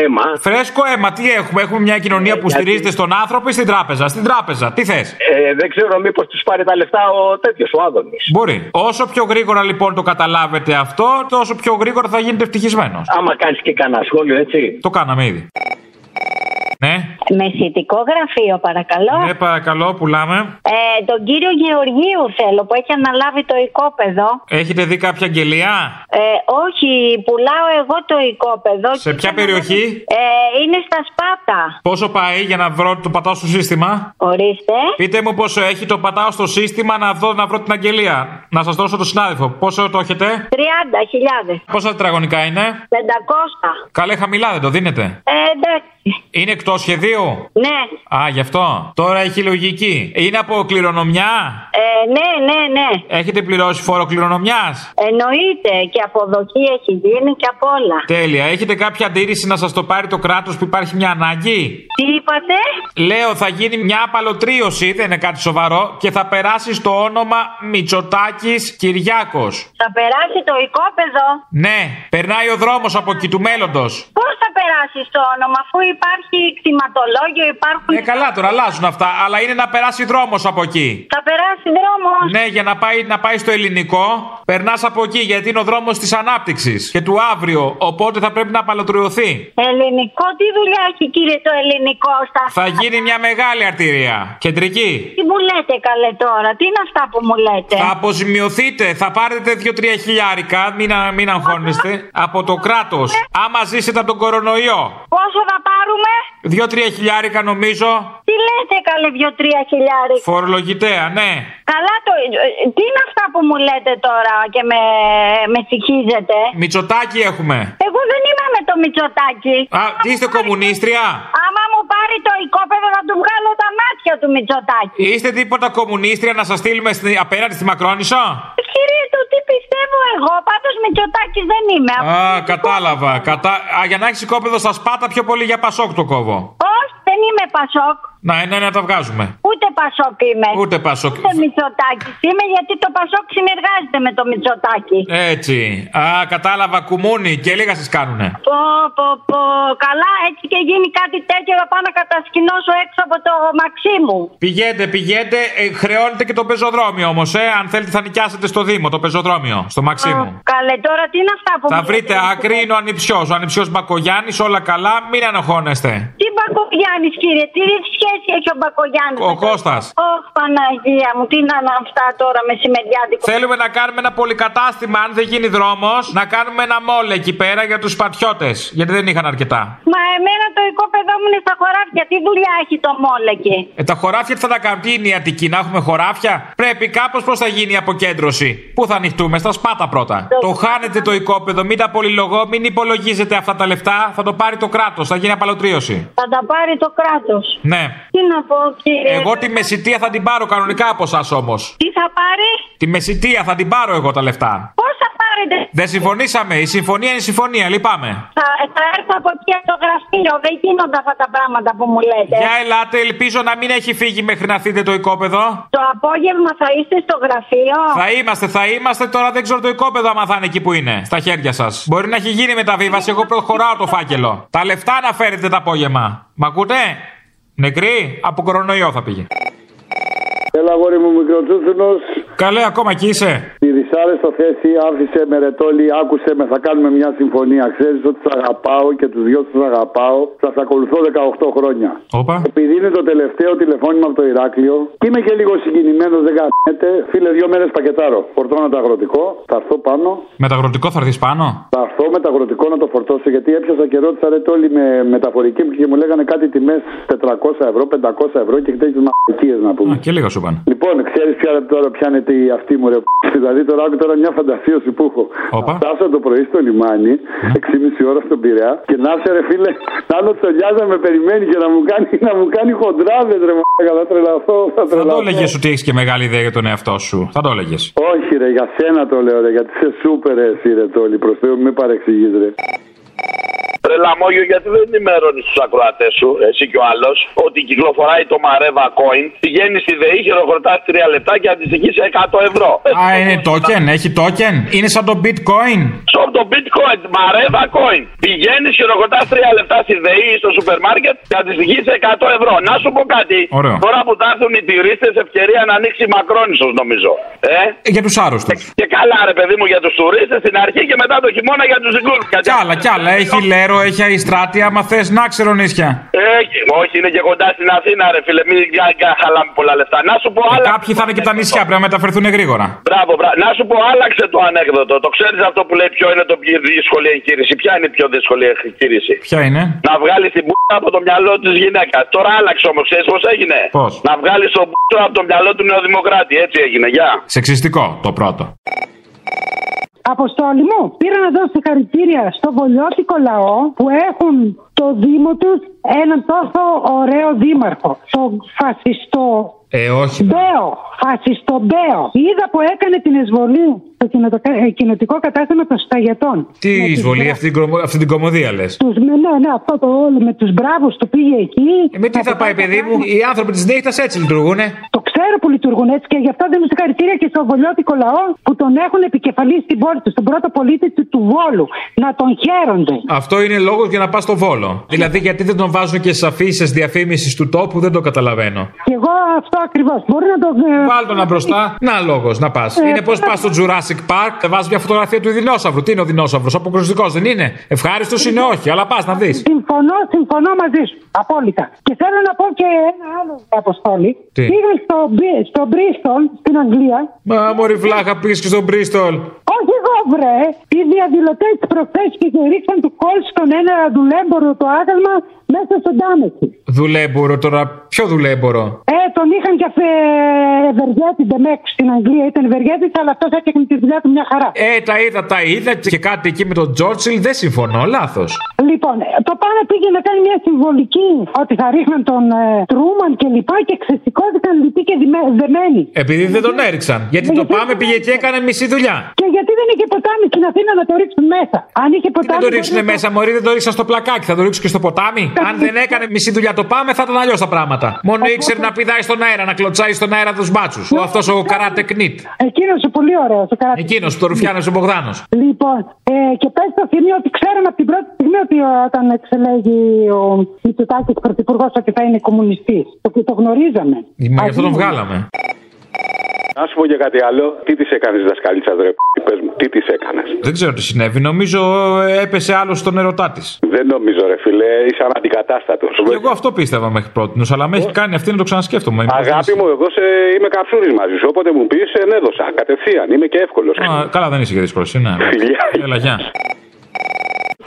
J: αίμα. Ε,
B: Φρέσκο αίμα, τι έχουμε. Έχουμε μια κοινωνία που
J: γιατί-
B: στηρίζεται στον άνθρωπο ή στην τράπεζα. Στην τράπεζα, τι θες.
J: Ε, δεν ξέρω μήπως τους πάρει τα λεφτά ο τέτοιος, ο Άδωνης.
B: Μπορεί. Όσο πιο γρήγορα λοιπόν το καταλάβετε αυτό, τόσο πιο γρήγορα θα γίνετε ευτυχισμένος.
J: Άμα κάνεις και κανένα σχόλιο, έτσι.
B: Το κάναμε ήδη. Ναι,
K: Με θητικό γραφείο, παρακαλώ.
B: ναι, παρακαλώ, πουλάμε.
K: Ε, τον κύριο Γεωργίου θέλω που έχει αναλάβει το οικόπεδο.
B: Έχετε δει κάποια αγγελία.
K: Ε, όχι, πουλάω εγώ το οικόπεδο.
B: Σε ποια
K: Και-
B: περιοχή?
K: Ε, είναι στα Σπάτα.
B: Πόσο πάει για να βρω το πατάω στο σύστημα.
K: Ορίστε.
B: Πείτε μου πόσο έχει, το πατάω στο σύστημα να δω να βρω την αγγελία. Να σας δώσω το συνάδελφο. Πόσο το έχετε,
K: 30.000.
B: πόσα τετραγωνικά είναι.
K: 500.
B: Καλέ, χαμηλά δεν το δίνετε.
K: Ε, εντάξει.
B: Είναι εκτός σχεδίου.
K: Ναι.
B: Α, γι' αυτό. Τώρα έχει λογική. Είναι από κληρονομιά.
K: Ε, ναι, ναι, ναι.
B: Έχετε πληρώσει φόρο κληρονομιάς.
K: Εννοείται και αποδοχή έχει γίνει και από όλα.
B: Τέλεια. Έχετε κάποια αντίρρηση να σας το πάρει το κράτος που υπάρχει μια ανάγκη.
K: Τι είπατε?
B: Λέω, θα γίνει μια απαλωτρίωση, δεν είναι κάτι σοβαρό, και θα περάσει στο όνομα Μητσοτάκης Κυριάκος.
K: Θα περάσει το οικόπεδο.
B: Ναι, περνάει ο δρόμος από εκεί του μέλλοντος.
K: Πώς θα περάσει το όνομα, αφού υπάρχει κτηματολόγιο, υπάρχουν.
B: Ναι, καλά τώρα, αλλάζουν αυτά, αλλά είναι να περάσει δρόμος από εκεί.
K: Θα περάσει δρόμος.
B: Ναι, για να πάει, να πάει στο ελληνικό, Περνάς από εκεί γιατί είναι ο δρόμος της ανάπτυξης και του αύριο. Οπότε θα πρέπει να παλατριωθεί.
K: Ελληνικό, τι δουλειά έχει κύριε το ελληνικό στα
B: Θα γίνει μια μεγάλη αρτηρία. Κεντρική.
K: Τι μου λέτε καλέ τώρα, τι είναι αυτά που μου λέτε.
B: Θα αποζημιωθείτε, θα πάρετε 2-3 χιλιάρικα, μην, α- μην αγχώνεστε, από το κράτος. Άμα ζήσετε από τον κορονοϊό.
K: Πόσο θα πάρουμε,
B: 2-3 χιλιάρικα νομίζω.
K: τι λέτε καλέ δύο-τρία χιλιάρικα.
B: Φορολογητέα, ναι.
K: Καλά το. ε, Τι είναι αυτά που μου λέτε τώρα και με, με συγχύζετε.
B: Μητσοτάκι έχουμε.
K: Εγώ δεν είμαι με το Μητσοτάκι.
B: Α, τι είστε κομμουνίστρια.
K: Άμα μου πάρει το οικόπεδο θα του βγάλω τα μάτια του Μητσοτάκι.
B: Είστε τίποτα κομμουνίστρια να σας στείλουμε στην- απέναντι στη Μακρόνισσα.
K: Κύριε του, τι πιστεύω εγώ. Πάντως Μητσοτάκι δεν είμαι.
B: Α, κατάλαβα. Κατά... Α, για να έχεις κόπεδο στα σπάτα πιο πολύ για πασόκ το κόβω.
K: Όχι, δεν είμαι Πασόκ.
B: Να, ναι, να τα βγάζουμε.
K: Ούτε Πασόκ είμαι.
B: Ούτε πασόκ.
K: Ούτε Μητσοτάκης είμαι γιατί το Πασόκ συνεργάζεται με το Μητσοτάκι.
B: Έτσι. Α, κατάλαβα, κουμούνι και λίγα σας κάνουνε.
K: Πω, πω, πω. Καλά, έτσι και γίνει κάτι τέτοιο θα πάω να κατασκηνώσω έξω από το μαξί μου.
B: Πηγαίνετε, πηγαίνετε. Ε, χρεώνετε και το πεζοδρόμιο όμως, ε. Αν θέλετε, θα νοικιάσετε στο Δήμο το πεζοδρόμιο, στο Μαξίμου.
K: Καλέ, τώρα τι είναι αυτά που
B: Θα
K: μου
B: βρείτε
K: λέτε,
B: άκρη, είναι ο ανιψιός. Ο ανιψιός Μπακογιάννης, όλα καλά, μην ανοχώνεστε.
K: Τι Μπακογιάννης, κύριε, τι σχέση έχει ο Μπακογιάννης.
B: Ο Κώστας.
K: Ωχ, Παναγία μου, τι να είναι αυτά τώρα μεσημεριάτικο.
B: Θέλουμε να κάνουμε ένα πολυκατάστημα, αν δεν γίνει δρόμος, να κάνουμε ένα μόλ εκεί πέρα για τους σπατιώτε. Γιατί δεν είχαν αρκετά.
K: Μα εμένα το οικόπεδό μου είναι στα χωράφια. Τι δουλειά έχει το μόλεκι.
B: Ε, τα χωράφια τι θα τα κάνουν, τι είναι η Αττική, να έχουμε χωράφια. Πρέπει κάπως πώς θα γίνει η αποκέντρωση. Πού θα ανοιχτούμε, στα σπάτα πρώτα. Το χάνετε το οικόπεδο, μην τα πολυλογώ, μην υπολογίζετε αυτά τα λεφτά. Θα το πάρει το κράτος, θα γίνει απαλωτρίωση.
K: Θα τα πάρει το κράτος.
B: Ναι.
K: Τι να πω, κύριε.
B: Εγώ τη μεσητεία θα την πάρω κανονικά από εσά όμως.
K: Τι θα πάρει,
B: Τη μεσητεία θα την πάρω εγώ τα λεφτά.
K: πώς θα πάρετε.
B: Δεν συμφωνήσαμε. Η συμφωνία είναι η συμφωνία. Λυπάμαι.
K: Θα, θα έρθω από εκεί από το γραφείο. Δεν γίνονται αυτά τα πράγματα που μου λέτε.
B: Για ελάτε, ελπίζω να μην έχει φύγει μέχρι να θείτε το οικόπεδο.
K: Το απόγευμα θα είστε στο γραφείο.
B: Θα είμαστε, θα είμαστε. Τώρα δεν ξέρω το οικόπεδο άμα θα είναι εκεί που είναι. Στα χέρια σας. Μπορεί να έχει γίνει μεταβίβαση. Εγώ προχωράω το φάκελο. Τα λεφτά να φέρετε το απόγευμα. Μ' ακούτε? Νεκρή, από κορονοϊό θα πήγε.
H: Έλα, αγόρι μου, μικροτσούτσουνο.
B: Καλέ, ακόμα εκεί είσαι.
H: Τη δυσάρεστα θέση άφησε με ρετόλι, άκουσε με, θα κάνουμε μια συμφωνία. Ξέρεις ότι τους αγαπάω και τους δυο τους αγαπάω. Σα ακολουθώ 18 χρόνια.
B: Όπα.
H: Επειδή είναι το τελευταίο τηλεφώνημα από το Ηράκλειο και είμαι και λίγο συγκινημένος, δεν κάνετε. Φίλε, δύο μέρες πακετάρω. Φορτώνω το αγροτικό, θα έρθω πάνω.
B: Μεταγροτικό θα έρθεις πάνω.
H: Θα έρθω με τα αγροτικό να το φορτώσω γιατί έπιασα και ρώτησα ρε όλοι με μεταφορική μου και μου λέγανε κάτι τιμές 400 ευρώ, 500 ευρώ και τέτοιε μαλακίες να πούμε.
B: Α, και λίγα σου πάνε.
H: Λοιπόν, ξέρεις πια τώρα ποια είναι η αυτή μου ρε. π***. Δηλαδή τώρα άκου τώρα μια φαντασίωση που έχω.
B: Όπα. Ναι.
H: Να φτάσω το πρωί στο λιμάνι, 6,5 ώρα στον Πειραιά και να σε ρε φίλε, να είναι ο Τσολιάς να με περιμένει και να μου κάνει, να μου κάνει χοντράδες ρε μαλάκα, θα τρελαθώ, θα
B: Θα το
H: τρελαθώ.
B: έλεγες ότι έχεις και μεγάλη ιδέα για τον εαυτό σου. Θα το έλεγες.
H: Όχι ρε, για σένα το λέω ρε, γιατί είσαι σούπερ ρε, εσύ ρε τόλι, προς Θεού μη παρεξηγείς ρε.
L: Ρε Λαμόγιο, γιατί δεν ενημερώνεις τους ακροατές σου, εσύ και ο άλλος, ότι κυκλοφοράει το Mareva Coin, πηγαίνεις στη ΔΕΗ, χειροκροτάς τρία λεπτά και αντιστοιχείς σε 100 ευρώ.
B: Α, είναι token, έχει token. Είναι σαν το bitcoin.
L: Στο το bitcoin, Mareva Coin. Πηγαίνεις, χειροκροτάς τρία λεπτά στη ΔΕΗ ή στο σούπερ μάρκετ και αντιστοιχείς σε 100 ευρώ. Να σου πω κάτι.
B: Ωραίο.
L: Τώρα που θα έρθουν οι τυρίστε, ευκαιρία να ανοίξει η Μακρόνισος νομίζω. Ε?
B: Ε, Για τους άρρωστους.
L: Και καλά, ρε παιδί μου, για τους τουρίστες στην αρχή και μετά το χειμώνα για τους δικού
B: Κι άλλα, κι άλλα. Έχει λέρο, έχει αριστράτη. Άμα θες να ξέρω νησιά.
L: Έχει, όχι, είναι Ε, και κοντά στην Αθήνα, ρε φίλε. Μην κα- κα- χαλάμε πολλά λεφτά. Να σου πω άλλα.
B: Ε, Κάποιοι θα είναι και τα νησιά, πρέπει να μεταφερθούν γρήγορα.
L: Μπράβο, μπράβο. Να σου πω, άλλαξε το ανέκδοτο. Το ξέρεις αυτό που λέει ποιο είναι το πιο δύσκολη εγχείρηση. Ποια είναι η πιο δύσκολη εγχείρηση.
B: Ποια είναι?
L: Να βγάλεις την μπουτα από το μυαλό της γυναίκα. Τώρα άλλαξε όμως, ξέρεις πώς έγινε.
B: Πώς?
L: Να βγάλεις τον μπουτα από το μυαλό του Νεοδημοκράτη. Έτσι έγινε, γεια.
B: Σεξιστικό το πρώτο.
M: Αποστόλη μου, πήρα να δώσω συγχαρητήρια στο βολιώτικο λαό που έχουν το Δήμο τους έναν τόσο ωραίο δήμαρχο. Τον φασιστό
B: Ε, όχι.
M: Μπέο, φασιστό Μπέο. Είδα που έκανε την εισβολή στο κοινοτοκα- ε, κοινοτικό κατάστημα των Σταγετών.
B: Ναι, Τι εισβολή, αυτή, την κομο- αυτή την κομμωδία λες.
M: Τους, ναι, ναι, ναι, αυτό το όλο με τους μπράβους του πήγε εκεί.
B: Ε, Με τι θα πάει, παιδί μου, οι άνθρωποι της νύχτας έτσι λειτουργούνε.
M: Το ξέρω που λειτουργούν έτσι και γι' αυτό δίνουν συγχαρητήρια και στο βολιώτικο λαό που τον έχουν επικεφαλή στην πόλη τους, τον πρώτο πολίτη του, του Βόλου. Να τον χαίρονται.
B: Αυτό είναι λόγος για να πας στο βόλο. Δηλαδή, γιατί δεν τον τον βάζουν και στι αφήσεις διαφήμισης του τόπου, δεν το καταλαβαίνω.
M: Και εγώ αυτό ακριβώς. Μπορεί να το.
B: Βάλ τον μπροστά. Να λόγος, να πας.
M: Ε,
B: είναι πώς πας στο Jurassic Park, βάζεις μια φωτογραφία του δεινόσαυρου. Τι είναι ο δεινόσαυρος, αποκρουστικός δεν είναι. Ευχάριστος είναι όχι, αλλά πας να δεις.
M: Συμφωνώ, συμφωνώ μαζί σου. Απόλυτα. Και θέλω να πω και ένα άλλο αποστόλη.
B: Τι?
M: Πήγα στο, Μπι- στο Bristol στην Αγγλία.
B: Μα μωρή βλάχα πήγες και στον Bristol.
M: Όχι εγώ βρε. Οι διαδηλωτές προχθές και ρίξαν του κόλ στον ένα δουλέμπορο το άγαλμα μέσα στον Τάμεση.
B: Δουλέμπορο τώρα, ποιο δουλέμπορο.
M: Ε, τον είχαν και αφε... ευεργέτη Ντεμέκ στην Αγγλία. Ήταν ευεργέτη, αλλά αυτός έκανε τη δουλειά του μια χαρά.
B: Ε, τα είδα, τα είδα και κάτι εκεί με τον Τζόρτσιλ, δεν συμφωνώ, λάθος.
M: Λοιπόν, ε, το πάνε πήγε να κάνει μια συμβολική ότι θα ρίχναν τον ε, Τρούμαν και λοιπά και ξεσηκώθηκαν λυποί και διμέ- δεμένοι.
B: Επειδή δεν τον έριξαν. Γιατί το πάμε πήγε και έκανε μισή δουλειά.
M: Και γιατί δεν είχε ποτάμι στην Αθήνα να το ρίξουν μέσα. Αν είχε ποτάμι.
B: Δεν το ρίξουν μέσα, Μωρή, δεν το ρίξαν στο πλακάκι. Θα το ρίξουν και στο ποτάμι. Αν δεν έκανε μισή δουλειά το πάμε, θα ήταν αλλιώς τα πράγματα. Μόνο ήξερε να πηδάει στον αέρα, να κλωτσάει στον αέρα τους μπάτσους. Ο αυτός ο καρατεκνίτ.
M: Εκείνο ο πολύ ωραίος. Ο καρα...
B: Εκείνο που το ρουφιάνε ο Μπογδάνος.
M: Λοιπόν, ε, και πες στο θυμίο ότι ξέρουν από την πρώτη στιγμή ότι ε, όταν εξελέγει ο Μητσοτάκης πρωθυπουργός ότι θα είναι κομμουνιστής. Το, το γνωρίζαμε.
B: Μα γι' αυτό τον βγάλαμε.
F: Να σου πω και κάτι άλλο. Τι της έκανες δασκαλίτσα, ρε π***, πες μου, τι της έκανες.
B: Δεν ξέρω τι συνέβη. Νομίζω ε, έπεσε άλλος στον ερωτά της.
F: Δεν νομίζω, ρε φίλε, είσαι αναντικατάστατος.
B: Και εγώ αυτό πίστευα μέχρι πρώτη. Αλλά με έχει κάνει αυτή να το ξανασκέφτομαι.
F: Αγάπη μου, εγώ σε... είμαι καψούρης μαζί σου. Όποτε μου πεις, ενέδωσα κατευθείαν. Είμαι και εύκολος.
B: Α, καλά, δεν είσαι για δύσκολος. Είναι.
F: Φιλιά.
B: Έλα, γεια.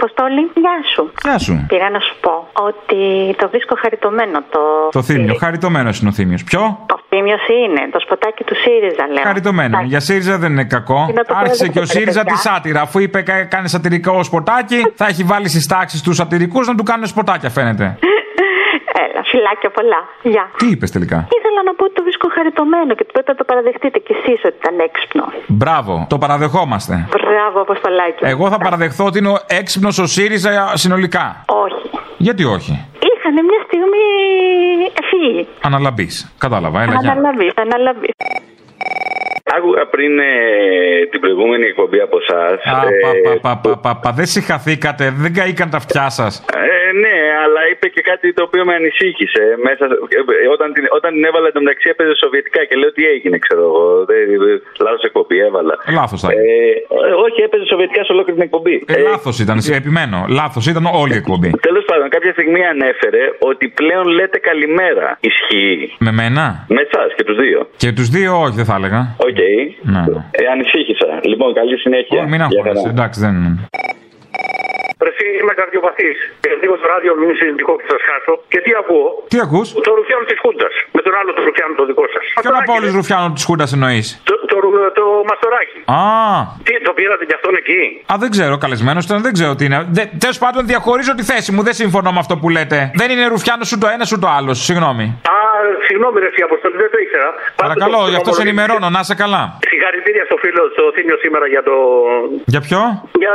N: Αποστόλη, γεια σου.
B: Γεια σου.
N: Πήγα να σου πω ότι το βρίσκω χαριτωμένο το.
B: Το θύμιο. Χαριτωμένος είναι ο θύμιος. Ποιο?
N: Το θύμιο είναι, το σποτάκι του ΣΥΡΙΖΑ, λέω.
B: Χαριτωμένο. Για ΣΥΡΙΖΑ δεν είναι κακό.
N: Τι να το
B: Άρχισε
N: παραδεχτώ,
B: και ο ΣΥΡΙΖΑ
N: παιδιά.
B: τη σάτυρα. Αφού είπε «Κα- κάνει σατυρικό σποτάκι, θα έχει βάλει στις τάξεις τους σατυρικούς να του κάνουν σποτάκια, φαίνεται.
N: Έλα, φυλάκια πολλά. Γεια.
B: Τι είπες τελικά.
N: Ήθελα να πω ότι το βρίσκω χαριτωμένο και πρέπει να το παραδεχτείτε κι εσείς ότι ήταν έξυπνο.
B: Μπράβο, το παραδεχόμαστε.
N: Μπράβο, Αποστολάκη.
B: Εγώ θα παραδεχθώ ότι είναι ο έξυπνος ο ΣΥΡΙΖΑ συνολικά.
N: Όχι.
B: Γιατί όχι.
N: Είχαν μια στιγμή εφήγη.
B: Αναλαμπή. Κατάλαβα, έλα γεια.
N: Αναλαβή, αναλαβή.
O: Άκουγα πριν ε, την προηγούμενη εκπομπή από ε, εσά.
B: Α, πα, πα, πα, πα, πα, δεν συγχαθήκατε, δεν καήκαν τα αυτιά σας.
O: Ε, ναι, αλλά είπε και κάτι το οποίο με ανησύχησε. Μέσα, ε, ε, όταν, την, όταν την έβαλα εντωμεταξύ έπαιζε σοβιετικά και λέω τι έγινε, ξέρω εγώ. Λάθος εκπομπή έβαλα.
B: Λάθος θα
O: Ε, ε, όχι, έπαιζε σοβιετικά σε ολόκληρη την εκπομπή.
B: Ε, λάθος ήταν, σε- επιμένω. Λάθος ήταν όλη η εκπομπή.
O: Τέλος πάντων, κάποια στιγμή ανέφερε ότι πλέον λέτε καλημέρα. Ισχύει.
B: Με μένα.
O: Με εσάς και τους δύο.
B: Και τους δύο, όχι, δεν θα έλεγα.
O: Οκ.
B: Ναι, ναι.
O: Ε, ανησύχησα. Λοιπόν, καλή συνέχεια.
B: Μην αγχώνεσαι, εντάξει, δεν είναι.
P: Εσύ είμαι καρδιοπαθής. Ε, Λίγο στο ράδιο μου είναι συνειδητικό και σας χάσω. Και τι ακούω.
B: Τι ακούς?
P: Το ρουφιάνο της Χούντας. Με τον άλλο το ρουφιάνο το δικό σας.
B: Ποιον από όλου Ρουφιάνο της Χούντας εννοείς.
P: Το, το, ρου- το μαστοράκι.
B: Α,
P: Τι, το πήρατε κι αυτόν εκεί.
B: α, δεν ξέρω, καλεσμένος ήταν, δεν ξέρω τι είναι. Τέλος πάντων, διαχωρίζω τη θέση μου, δεν συμφωνώ με αυτό που λέτε. Δεν είναι Ρουφιάνος σου το ένα σου το άλλος, συγγνώμη.
P: Α, συγγνώμη, ρε εσύ, Αποστολή, δεν το ήξερα.
B: Παρακαλώ, γι' αυτό σε
P: ομολογητή.
B: ενημερώνω, να είσαι καλά.
P: Συγχαρητήρια στο φίλο, στο Θήμιο σήμερα για το.
B: Για ποιο?
P: Για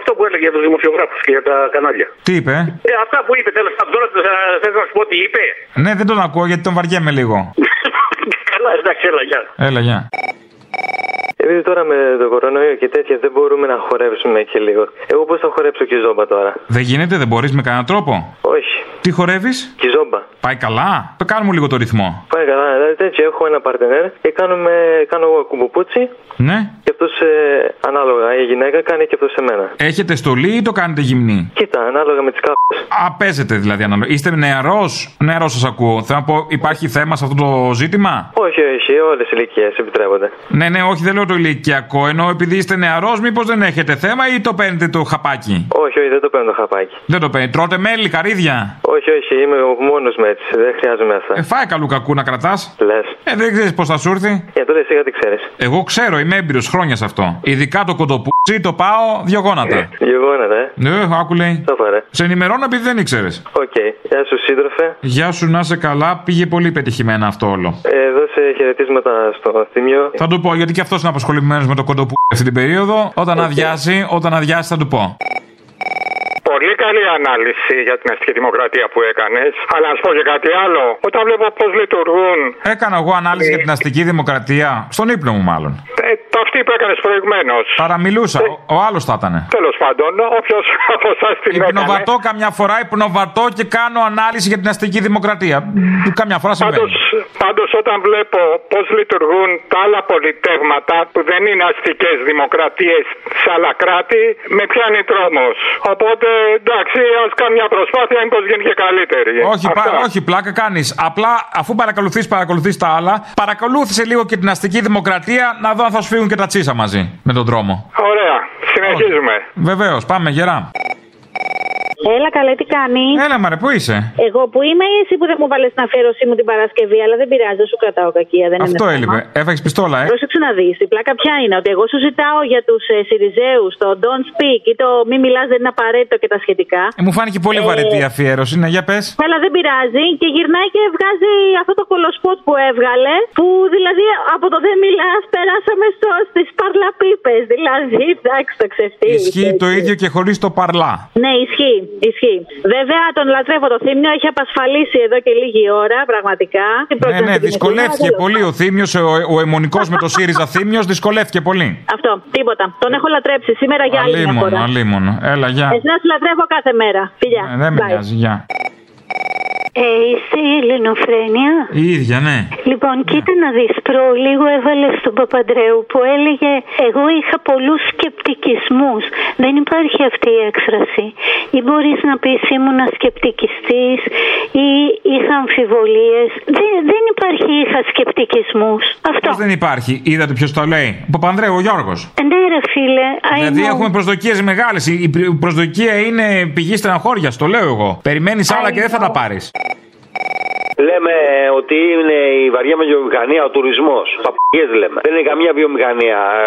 P: αυτό που έλεγε για τους δημοσιογράφους και για τα κανάλια.
B: Τι είπε.
P: Ε, αυτά που είπε τέλος πάντων, τώρα θε να σου πω τι είπε.
B: Ναι, δεν τον ακούω γιατί τον βαριέμαι λίγο.
P: Καλά, εντάξει, έλα, γεια.
B: Έλα, γεια.
Q: Επειδή τώρα με το κορονοϊό και τέτοια δεν μπορούμε να χορέψουμε και λίγο. Εγώ πώς θα χορέψω κυζόμπα τώρα.
B: Δεν γίνεται, δεν μπορείς με κανέναν τρόπο.
Q: Όχι.
B: Τι χορεύεις?
Q: Κυζόμπα.
B: Πάει καλά. Το κάνουμε λίγο το ρυθμό.
Q: Πάει καλά, δηλαδή τέτοιο έχω ένα παρτενέρ και κάνουμε, κάνω εγώ κουμποπούτσι
B: Ναι.
Q: και αυτός ε, ανάλογα η γυναίκα κάνει και αυτός σε μένα.
B: Έχετε στολή ή το κάνετε γυμνή.
Q: Κοίτα, ανάλογα με τις κάπε.
B: Α, παίζετε δηλαδή ανάλογα. Είστε νεαρός. Νεαρός σας ακούω. Θέλω να πω, υπάρχει θέμα σε αυτό το ζήτημα.
Q: Όχι, όχι, όλες οι ηλικίες επιτρέπονται.
B: Ναι, ναι, όχι, δεν λέω το ηλικιακό. Ενώ επειδή είστε νεαρός, μήπως δεν έχετε θέμα ή το παίρνετε το χαπάκι.
Q: Όχι, όχι, δεν το παίρνω το χαπάκι.
B: Δεν το παίρνετε. Τρώτε μέλι, καρύδια.
Q: Όχι, όχι, είμαι μόνος με έτσι. Δεν χρειάζομαι αυτά.
B: Ε, φάει καλού κακού να κρατάς.
Q: Λες.
B: Ε, δεν ξέρεις πώς θα σου έρθει.
Q: Ε, τώρα εσύ κάτι ξέρεις.
B: Εγώ ξέρω, είμαι έμπειρος χρόνια σε αυτό. Ειδικά το κοντοπούτσι, το πάω δύο γόνατα.
Q: Γεγόνατα, ε.
B: Ναι, άκου λέει.
Q: Το πάρε.
B: Σε ενημερώνω επειδή δεν ήξερες.
Q: Οκ. Γεια σου, σύντροφε.
B: Γεια σου, να είσαι καλά. Πήγε πολύ πετυχημένα αυτό όλο.
Q: Ε, δώσε χαιρετίσματα στο Θήμιο.
B: Θα του πω γιατί και αυτός είναι απασχολημένος με το κοντοπού αυτή την περίοδο.
P: Ε,
B: Όταν αδειάσει, όταν αδειάσει θα του πω.
R: Πολύ καλή ανάλυση για την αστική δημοκρατία που έκανες. Αλλά να σου πω και κάτι άλλο. Όταν βλέπω πώς λειτουργούν.
P: Ε.
B: Έκανα εγώ ανάλυση για την αστική δημοκρατία. Στον ύπνο μου, μάλλον.
R: Ε, το χτύπε
P: έκανες προηγουμένως.
B: Παραμιλούσα. Ο, ο άλλος θα ήταν.
P: Τέλο Ε, πάντων, όποιος από εσάς την έκανε.
B: Υπνοβατώ καμιά φορά, υπνοβατώ και κάνω ανάλυση για την αστική δημοκρατία. Μ, Καμιά φορά συμβαίνει.
P: Πάντως, όταν βλέπω πώς λειτουργούν τα άλλα πολιτεύματα που δεν είναι αστικές δημοκρατίες σε άλλα κράτη, με πιάνει τρόμος. Οπότε, εντάξει, ας καμιά προσπάθεια, μήπως γίνει και καλύτερη.
B: Όχι,
P: ε, Αυτά.
B: πα, όχι, πλάκα κάνεις. Απλά αφού παρακολουθείς, παρακολουθείς τα άλλα, παρακολούθησε λίγο και την αστική δημοκρατία να δω αν θα σου φύγουν και τα τσίσα μαζί με τον δρόμο.
P: Ωραία, συνεχίζουμε.
B: Βεβαίως, πάμε γερά.
S: Έλα, καλέ, τι κάνεις.
B: Έλα, μαρε, πού είσαι.
S: Εγώ που είμαι ή εσύ που δεν μου βάλες την αφιέρωσή μου την Παρασκευή, αλλά δεν πειράζει, δεν σου κρατάω κακία. Δεν
B: Αυτό
S: είναι θέμα.
B: έλειπε. Έφαγες πιστόλα, ε.
S: Πρόσεξε να δεις. Η πλάκα ποια είναι. Ότι εγώ σου ζητάω για τους ε, Σιριζέους το don't speak ή το μη μιλάς δεν είναι απαραίτητο και τα σχετικά.
B: Ε, Μου φάνηκε πολύ
S: Ε,
B: βαρετή η αφιέρωση. Ναι, για πες.
S: Αλλά δεν πειράζει και γυρνάει και βγάζει αυτό το κολοσπότ που έβγαλε. Που δηλαδή από το δεν μιλάς περάσαμε στο στις παρλαπίπες. Δηλαδή, εντάξει, το ξεφτύλι.
B: Ισχύει το ίδιο και χωρίς το παρλά.
S: Ναι, ισχύει, ισχύει. Βέβαια, τον λατρεύω το θύμιο, έχει απασφαλίσει εδώ και λίγη ώρα, πραγματικά.
B: Ναι, ναι, δυσκολεύτηκε πολύ ο Θήμιος, ο, ο αιμονικός με το ΣΥΡΙΖΑ Θήμιος, δυσκολεύτηκε πολύ.
S: Αυτό, τίποτα. Τον έχω λατρέψει σήμερα για άλλη μια
B: Αλίμονο,
S: φορά.
B: αλίμονο. Έλα, γεια.
S: Εσύ να σου λατρεύω κάθε μέρα. Φιλιά.
B: Ε, Δεν με
S: Bye.
B: νοιάζει, γεια.
N: Ε, είσαι η Ελληνοφρένεια.
B: Η ίδια, ναι.
N: Λοιπόν, κοίτα να δεις, προ λίγο έβαλες στον Παπαντρέου που έλεγε εγώ είχα πολλούς σκεπτικισμούς. Δεν υπάρχει αυτή η έκφραση. Ή μπορείς να πεις ήμουνα σκεπτικιστής ή είχα αμφιβολίες. Δεν, δεν υπάρχει είχα σκεπτικισμούς. Αυτό.
B: Πώς δεν υπάρχει, είδατε ποιος το λέει. Ο Παπανδρέου, ο Γιώργος.
N: Ναι ρε φίλε,
S: Ε,
N: I
S: ναι.
B: Δηλαδή
N: know.
B: έχουμε προσδοκίες μεγάλες. Η η προσδοκία είναι πηγή στεναχώρια, το λέω εγώ. Περιμένεις
S: Ε,
B: άλλα και δεν
S: ναι.
B: θα τα πάρεις.
T: Λέμε ότι είναι η βαριά με βιομηχανία ο τουρισμός. Παπαγιές λέμε. Δεν είναι καμία βιομηχανία ε,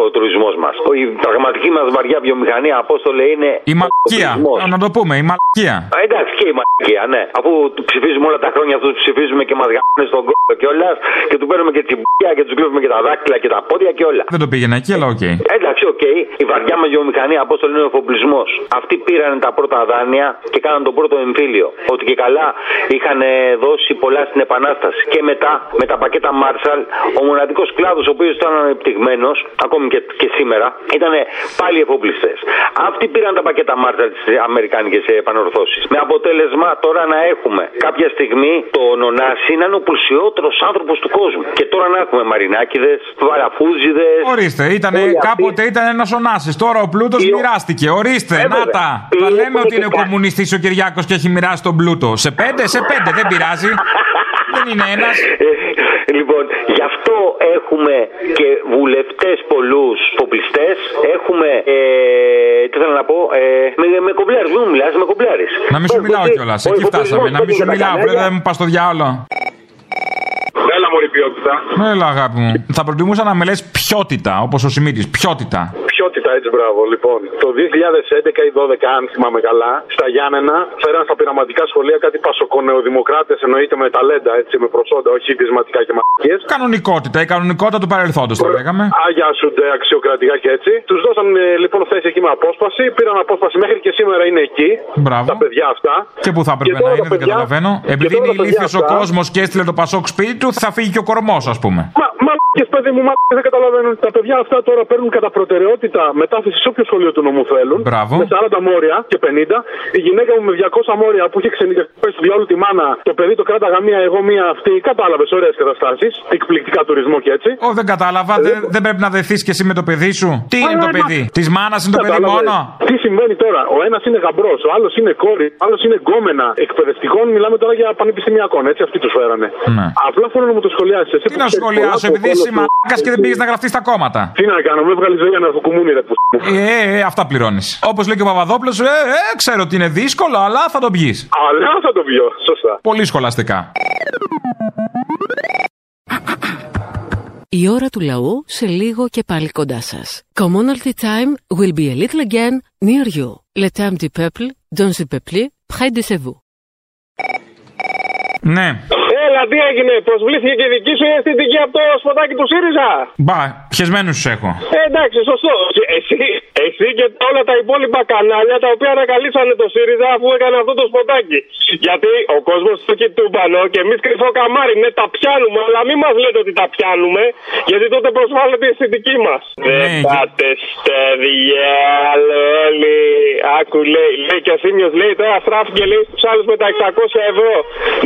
T: ο τουρισμός μα. Η πραγματική μας βαριά βιομηχανία, απόστολε, είναι.
B: Η μαλακία.
T: τουρισμός.
B: Να- Να το πούμε, η μαλακία.
T: Α, εντάξει και η μαλακία, ναι. Αφού του ψηφίζουμε όλα τα χρόνια αυτούς που ψηφίζουμε και μας γαμάνε στον κόλλο και όλας και του παίρνουμε και τσιμπούκια και τους κλέβουμε και τα δάκτυλα και τα πόδια και όλα.
B: Δεν το πήγαινα εκεί, αλλά οκ.
T: Εντάξει, οκ. Η βαριά με βιομηχανία, πώ το λένε, ο εφοπλισμός. Αυτοί πήραν τα πρώτα δάνεια και κάναν τον πρώτο εμφύλιο. Ότι και καλά είχαν ε, δώσει πολλά στην Επανάσταση. Και μετά, με τα πακέτα Marshall, ο μοναδικός κλάδος ο οποίος ήταν ανεπτυγμένος, ακόμη και, και σήμερα, ήταν πάλι εφοπλιστές. Αυτοί πήραν τα πακέτα Marshall τι Αμερικάνικες επανορθώσεις. Με αποτέλεσμα τώρα να έχουμε κάποια στιγμή τον Ονάση να είναι ο πλουσιότερος άνθρωπος του κόσμου. Και τώρα να έχουμε Μαρινάκιδες, Βαραφούζιδες.
B: Ορίστε, ήτανε, κάποτε ήταν ένας ονάσης. Τώρα ο πλούτος μοιράστηκε. Ορίστε, να τα. Τα λέμε ότι είναι κομμουνιστής ο Κυριάκος και έχει μοιράσει τον πλούτο. Σε πέντε, σε πέντε, δεν πειράζει. δεν είναι ένας.
T: Ε, Λοιπόν, γι' αυτό έχουμε και βουλευτές πολλούς φοπλιστές. Έχουμε. Ε, τι θέλω να πω. Ε, με, με κομπλάρι, μην μου μιλάς, με κομπλάρι.
B: Να μην σου μιλάω κιόλας. Εκεί φτάσαμε. Να μην σου μιλάω. Πρέπει να μου πας στο διάολο.
P: Έλα, μωρή ποιότητα.
B: Έλα, αγάπη μου. Θα προτιμούσα να με λες ποιότητα, όπως ο Σιμίτης. Ποιότητα.
U: Ποιότητα, έτσι μπράβο. Λοιπόν, το 2011 ή 12, αν θυμάμαι καλά, στα Γιάννενα φέραν στα πειραματικά σχολεία κάτι πασοκονεοδημοκράτες, εννοείται με ταλέντα, έτσι, με προσόντα, όχι δυσματικά και μαλακίες.
B: Κανονικότητα. Η κανονικότητα του παρελθόντος, το λέγαμε.
U: Άγια σου ντε, αξιοκρατικά και έτσι. Τους δώσαν ε, λοιπόν θέση εκεί με απόσπαση, πήραν απόσπαση μέχρι και σήμερα είναι εκεί.
B: Μπράβο.
U: Τα παιδιά αυτά.
B: Και πού θα έπρεπε να
U: τώρα τα
B: είναι, δεν
U: παιδιά-
B: καταλαβαίνω.
U: και
B: Επειδή
U: τώρα
B: είναι
U: τα παιδιά
B: ηλίθιο ο
U: αυτά-
B: κόσμος και έστειλε το Πασόκ σπίτι του, θα φύγει και ο κορμός, ας πούμε.
U: Μα, μαλακίες, παιδί μου, μαλακίες δεν καταλαβαίνουν. Τα παιδιά αυτά τώρα παίρνουν κατά προτεραιότητα μετάθεση σε όποιο σχολείο του νομού θέλουν.
B: Μπράβο.
U: Με 40 μόρια και 50. Η γυναίκα μου με 200 μόρια που είχε ξενιτευτεί διόλου τη μάνα, το παιδί το κράταγα μία, εγώ μία αυτή. Κατάλαβες, ωραίες καταστάσεις. Εκπληκτικά τουρισμό και έτσι. Ε,
B: Ω, δεν κατάλαβα. Δεν, δεν πρέπει να δεθεί και εσύ με το παιδί σου. Τι είναι το
U: μα-
B: παιδί, Της μάνας είναι το παιδί
U: Κατάλαβες.
B: μόνο.
U: Τι συμβαίνει τώρα, ο ένας είναι γαμπρός, ο άλλος είναι κόρη, ο άλλος είναι γκόμενα εκπαιδευτικών. Μιλάμε τώρα για πανεπιστημιακών, έτσι αυτοί τους φέρανε.
B: Ναι.
U: Απλά θέλω να μου το σχολιάσεις.
B: Τι να σχολιάσω, επειδή είσαι μαλάκας και δεν πήγες να γραφτείς στα κόμματα.
U: Ε, Τι να κάνω, με έβγαλε ζωή αναρχοκουμούνι, ρε που.
B: Ε, ε, ε, αυτά πληρώνεις. Όπως λέει και ο Παπαδόπουλος, ε, ε, ξέρω ότι είναι δύσκολο, αλλά θα το πιεις.
U: Αλλά θα το πιω, σωστά.
B: Πολύ σχολαστικά.
A: Η ώρα του λαού σε λίγο και πάλι κοντά σας. Commonalty time will be a little again near you. Le temps du peuple, dans le peuple, près de chez vous.
B: Ναι.
U: Έλα, τι έγινε, προσβλήθηκε και η δική σου η αισθητική από το σποτάκι του ΣΥΡΙΖΑ.
B: Μπα, πιεσμένους τους έχω.
U: Ε, εντάξει, σωστό. Εσύ, εσύ και όλα τα υπόλοιπα κανάλια τα οποία ανακαλύψανε το ΣΥΡΙΖΑ αφού έκανε αυτό το σποτάκι. Γιατί ο κόσμος του κοιτούπανο και εμείς κρυφό καμάρι, ναι, τα πιάνουμε, αλλά μην μας λέτε ότι τα πιάνουμε, γιατί τότε προσβάλλεται η αισθητική μας.
Q: Ε,
U: Δεν πάτε στα διάλογοι. Άκου λέει, λέει και ο Θήμιος λέει τώρα στράφηκε λέει στους άλλους με τα 600 ευρώ.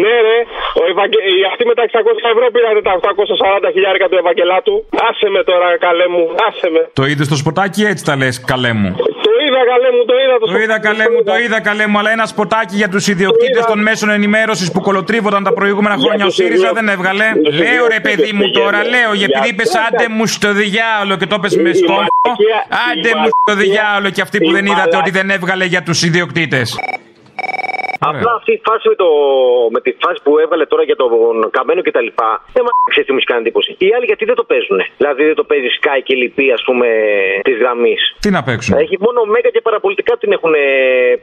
U: Ναι ρε, ο Ευαγγε- οι- αυτοί με τα 600 ευρώ πήρατε τα 840 χιλιάρικα του Ευαγγελάτου. Άσε με τώρα καλέ μου, άσε με.
B: Το είδες στο σποτάκι, έτσι τα λες, καλέ μου.
U: Το είδα καλέ μου, το είδα το
B: Το είδα καλέ μου, το είδα καλέ μου, αλλά ένα σποτάκι για τους ιδιοκτήτε των μέσων ενημέρωσης που κολοτρίβονταν τα προηγούμενα χρόνια. Ο ΣΥΡΙΖΑ δεν έβγαλε. Λέω ρε παιδί μου τώρα, λέω, επειδή είπε άντε μου στο διάολο και το πες με στόχο. Άντε μου στο διάολο και αυτοί που δεν είδατε ότι δεν έβγαλε για τους ιδιοκτήτες. Ναι.
E: Απλά αυτή η φάση με, το, με τη φάση που έβαλε τώρα για τον καμένο και τα λοιπά. Δεν μα ξέρεις τι μου έχει κάνει εντύπωση. Οι άλλοι γιατί δεν το παίζουν. Δηλαδή δεν το παίζει Sky και λοιπή, ας πούμε, της γραμμής.
B: Τι να παίξουν.
E: Έχει μόνο Μέγα και παραπολιτικά που την έχουν ε,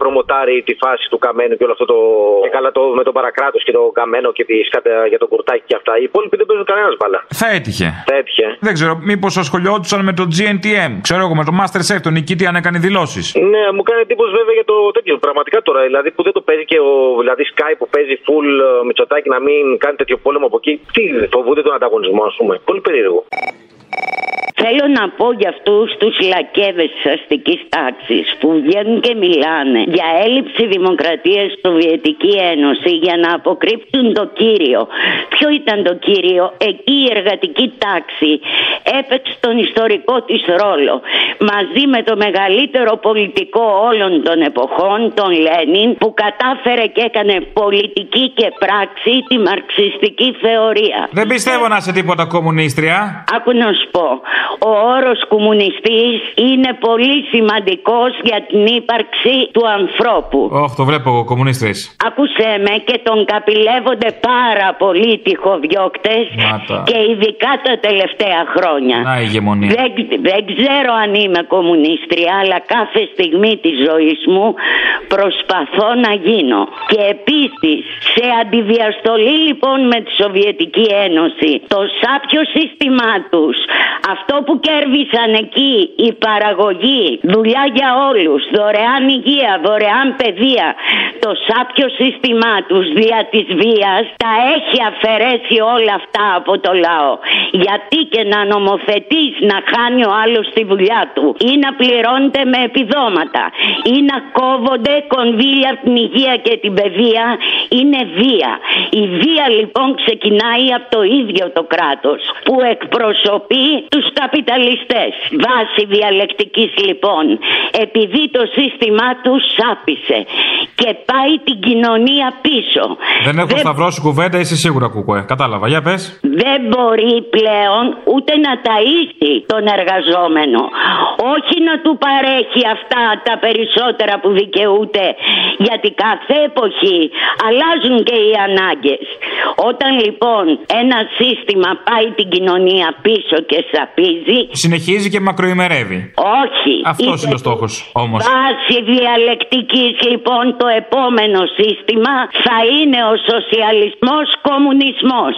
E: προμοτάρει τη φάση του καμένου και όλο αυτό το. Και καλά το με τον παρακράτος και τον καμένο και τη σκάτα για τον κουρτάκι και αυτά. Οι υπόλοιποι δεν παίζουν κανένας μπαλά.
B: Θα έτυχε.
E: Θα έτυχε.
B: Δεν ξέρω, μήπως ασχολιόντουσαν με το GNTM. Ξέρω εγώ, με το Masterchef, τον νικητή, αν έκανε δηλώσεις.
E: Ναι, μου κάνει εντύπωση βέβαια για το τέτοιο. Πραγματικά τώρα, δηλαδή που δεν το παίζει και ο δηλαδή Sky που παίζει full ε, Μητσοτάκη να μην κάνει τέτοιο πόλεμο από εκεί. Τι φοβούνται τον ανταγωνισμό, ας πούμε. Πολύ περίεργο.
V: Θέλω να πω για αυτούς τους λακεύε της αστικής τάξης που βγαίνουν και μιλάνε για έλλειψη δημοκρατίας στη Σοβιετική Ένωση για να αποκρύψουν το κύριο. Ποιο ήταν το κύριο, εκεί η εργατική τάξη έπαιξε τον ιστορικό της ρόλο μαζί με το μεγαλύτερο πολιτικό όλων των εποχών, τον Λένιν, που κατάφερε και έκανε πολιτική και πράξη τη μαρξιστική θεωρία.
B: Δεν πιστεύω να είσαι τίποτα κομμουνίστρια.
V: Άκου να σου πω, ο όρος κομμουνιστής είναι πολύ σημαντικός για την ύπαρξη του ανθρώπου.
B: Όχι, το βλέπω εγώ, κομμουνίστρες.
V: Ακούσέ με και τον καπηλεύονται πάρα πολλοί τυχοδιώκτες
B: Να τα.
V: και ειδικά τα τελευταία χρόνια.
B: Να η ηγεμονία.
V: Δεν, δεν ξέρω αν είμαι κομμουνίστρια, αλλά κάθε στιγμή της ζωής μου προσπαθώ να γίνω. Και επίσης, σε αντιδιαστολή λοιπόν με τη Σοβιετική Ένωση, το σάπιο σύστημά τους, αυτό που κέρδισαν εκεί, η παραγωγή, δουλειά για όλους, δωρεάν υγεία, δωρεάν παιδεία, το σάπιο σύστημά τους δια της βίας, τα έχει αφαιρέσει όλα αυτά από το λαό. Γιατί και να νομοθετείς να χάνει ο άλλος τη δουλειά του ή να πληρώνεται με επιδόματα ή να κόβονται κονδύλια από την υγεία και την παιδεία είναι βία. Η βία λοιπόν ξεκινάει από το ίδιο το κράτος που εκπροσωπεί τους καπιταλιστές. Βάση διαλεκτικής λοιπόν επειδή το σύστημά τους σάπισε και πάει την κοινωνία πίσω.
B: Δεν έχω σταυρώσει κουβέντα, είσαι σίγουρα κουκουέ. Κατάλαβα, για πες.
V: Δεν μπορεί πλέον ούτε να ταΐσει τον εργαζόμενο. Όχι να του παρέχει αυτά τα περισσότερα που δικαιούται. Γιατί κάθε εποχή αλλάζουν και οι ανάγκες. Όταν λοιπόν ένα σύστημα πάει την κοινωνία πίσω και σαπίζει,
B: Συνεχίζει και μακροημερεύει.
V: όχι.
B: Αυτός
V: Είπε
B: είναι ο στόχος όμως.
V: Βάση διαλεκτικής λοιπόν το επόμενο σύστημα θα είναι ο σοσιαλισμός κομμουνισμός.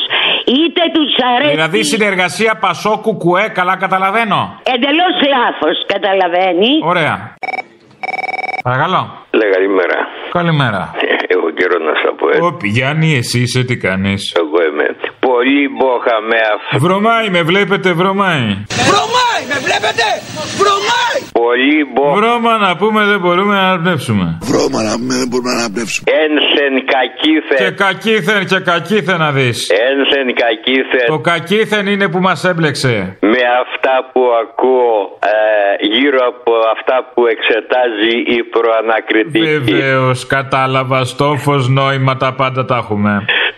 V: Είτε τους αρέσει...
B: Δηλαδή συνεργασία Πασό Κουκουέ, καλά καταλαβαίνω.
V: Εντελώς λάθος, καταλαβαίνει.
B: Ωραία. Παρακαλώ.
D: Λέει καλημέρα.
B: Καλημέρα.
D: Έχω καιρό να σα πω. ε.
B: Ω Γιάννη, εσύ είσαι τι κάνεις.
D: Εγώ είμαι. Πολύ μπόχα με αυτό.
B: Βρωμάει, με βλέπετε, βρωμάει.
C: Βρωμάει, με βλέπετε! Βρωμάει!
D: Πολύ μπόχα.
B: Βρώμα να πούμε δεν μπορούμε να αναπνεύσουμε.
D: Βρώμα να πούμε δεν μπορούμε να αναπνεύσουμε. Ένθεν
B: Και
D: κακήθεν.
B: κακήθεν και κακήθεν να δεις.
D: Ένθεν κακήθεν.
B: Το κακήθεν είναι που μας έμπλεξε.
D: Με αυτά που ακούω ε, γύρω από αυτά που εξετάζει η προανακριτική.
B: Βεβαίως, κατάλαβα. Στόφος, νόημα, τα πάντα τα έχουμε.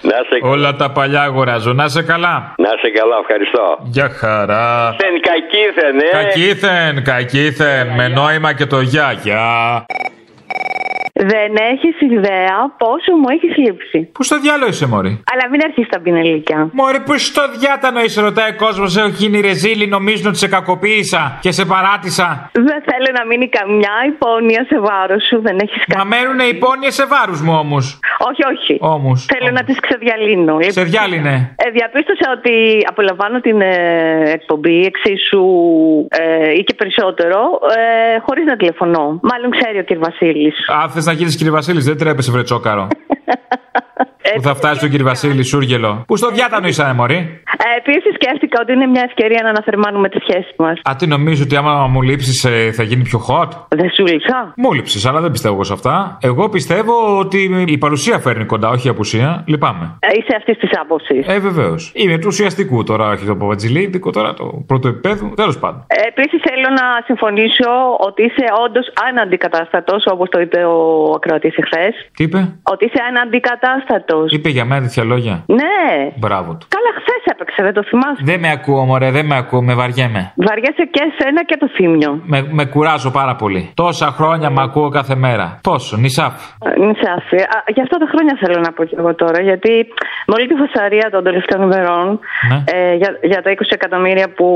D: Να σε
B: Όλα τα παλιά αγοράζω. Να σε καλά.
D: Να σε καλά, ευχαριστώ.
B: Γεια χαρά.
D: Ένθεν κακήθεν, ε.
B: Κακήθεν, κακήθεν, με νόημα και το γεια, γεια.
D: Δεν έχεις ιδέα πόσο μου έχει λείψει.
B: Πού στο διάλογο είσαι, ε, Μωρή.
D: Αλλά μην αρχίσεις τα πινελίκια.
B: Μωρή, που στο διάτανο είσαι, ρωτάει ο κόσμος. Έχω γίνει ρεζίλη, νομίζουν ότι σε κακοποίησα και σε παράτησα.
D: Δεν θέλω να μείνει καμιά υπόνοια σε βάρος σου. Δεν έχεις
B: Μα μέρουνε υπόνοια σε βάρους μου όμως.
D: Όχι, όχι.
B: Όμως,
D: Θέλω να τις ξεδιαλύνω.
B: Σε διάλυνε.
D: Ε, διαπίστωσα ότι απολαμβάνω την ε, εκπομπή εξίσου ε, ή και περισσότερο ε, χωρίς να τηλεφωνώ. Μάλλον ξέρει ο κ. Βασίλης.
B: Αν θες να γίνεις κύριε Βασίλης, δεν τρέπεσαι, βρε τσόκαρο.
D: Ε,
B: που θα φτάσει ο κύριο Βασίλη Σούργελο. Που στο διάτανο ήσανε, Μωρή.
D: Ε, Επίσης σκέφτηκα ότι είναι μια ευκαιρία να αναθερμάνουμε τη σχέση μας.
B: Α, τι νομίζω ότι άμα μου λείψεις θα γίνει πιο hot.
D: Δεν σου λείψα.
B: Μου λείψει, αλλά δεν πιστεύω εγώ σε αυτά. Εγώ πιστεύω ότι η παρουσία φέρνει κοντά, όχι η απουσία. Λυπάμαι.
D: Ε, είσαι αυτής της άποψης.
B: Ε, βεβαίως. Είναι του ουσιαστικού τώρα, όχι το παπατζηλίδικο, τώρα το πρώτο επίπεδο. Τέλος πάντων.
D: Ε, Επίσης θέλω να συμφωνήσω ότι είσαι όντως αναντικατάστατος, όπως το είπε ο ακροατής εχθές.
B: Τι είπε,
D: Ότι είσαι αναντικατάστατος.
B: είπε για μένα τέτοια λόγια.
D: Ναι.
B: Μπράβο του.
D: Καλά, χθες έπαιξε, δεν το θυμάσαι.
B: Δεν με ακούω, μωρέ, δεν με ακούω, με βαριέμαι.
D: Βαριέσαι και εσένα και το θύμιο.
B: Με, με κουράζω πάρα πολύ. Τόσα χρόνια με ακούω κάθε μέρα. Πόσο, νησάφ.
D: Ε, Μη σε άφη. Α, Γι' αυτό τα χρόνια θέλω να πω και εγώ τώρα. Γιατί με όλη τη φασαρία των τελευταίων ημερών ε, για, για τα 20 εκατομμύρια που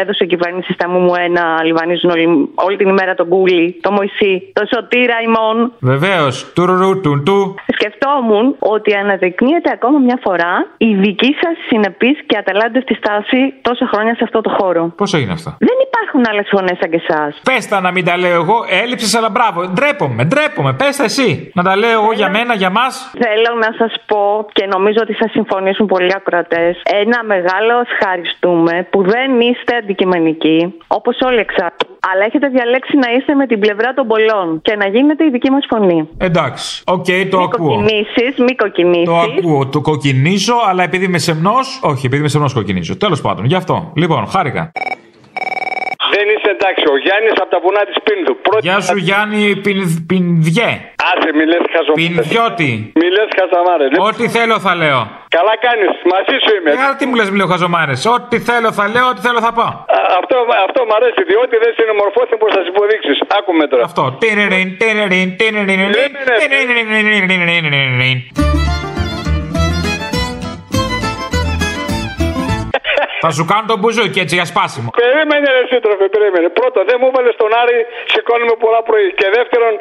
D: έδωσε η κυβέρνηση στα μου μου ένα, λιβανίζουν όλη, όλη την ημέρα τον Κούλι, το Μωυσή, το Σωτήρα ημών.
B: Βεβαίως. Τουρουρού, τουν, του.
D: Σκεφτόμουν ότι αναδεικνύεται ακόμα μια φορά η δική σας συνεπής και αταλάντευτη στάση τόσα χρόνια σε αυτό το χώρο.
B: Πώς έγινε αυτό.
D: Δεν υπάρχουν άλλες φωνές σαν και εσάς.
B: Πες τα να μην τα λέω εγώ, έλειψες, αλλά μπράβο. Ντρέπομαι, ντρέπομαι. Πες τα εσύ. Να τα λέω εγώ για μένα, για μας.
D: Θέλω να σας πω και νομίζω ότι θα συμφωνήσουν πολλοί ακροατές. Ένα μεγάλο ευχαριστούμε που δεν είστε αντικειμενικοί, όπως όλοι εξάλλου. Αλλά έχετε διαλέξει να είστε με την πλευρά των πολλών και να γίνετε η δική μας φωνή.
B: Εντάξει. Οκ, το
D: Μη
B: ακούω.
D: κοκκινήσεις, μη
B: Το
D: κοκκινήσει.
B: ακούω, το κοκκινίζω, αλλά επειδή είμαι σεμνός. Όχι, επειδή είμαι σεμνός κοκκινίζω. Τέλος πάντων, γι' αυτό. Λοιπόν, χάρηκα.
U: Δεν είσαι εντάξει, ο Γιάννης από τα βουνά της Πίνδου. Πρώτη...
B: Γεια σου, Γιάννη Πιν- Πινδιέ.
U: Άσε, μιλέ χαζομάρες.
B: Πινδιώτη.
U: Μιλέ χαζαμάρε.
B: Ό,τι θέλω θα λέω.
U: Καλά κάνεις, μαζί σου είμαι.
B: Ε, άρα τι μου λες, μιλέω χαζομάρες. Ό,τι θέλω θα λέω, ό,τι θέλω θα πω.
U: Α, αυτό, αυτό μ' αρέσει, διότι δεν συνομορφώθηκε πώ θα συμποδείξει. Άκουμε τώρα.
B: Αυτό. Τιριριν, τιριριν, τιριριν, τιριριν. Θα σου κάνω τον μπουζούκι έτσι για σπάσιμο.
U: Περίμενε, ρε σύντροφε, περίμενε. Πρώτον, δεν μου έβαλε τον Άρη, σηκώνουμε πολλά πρωί. Και δεύτερον,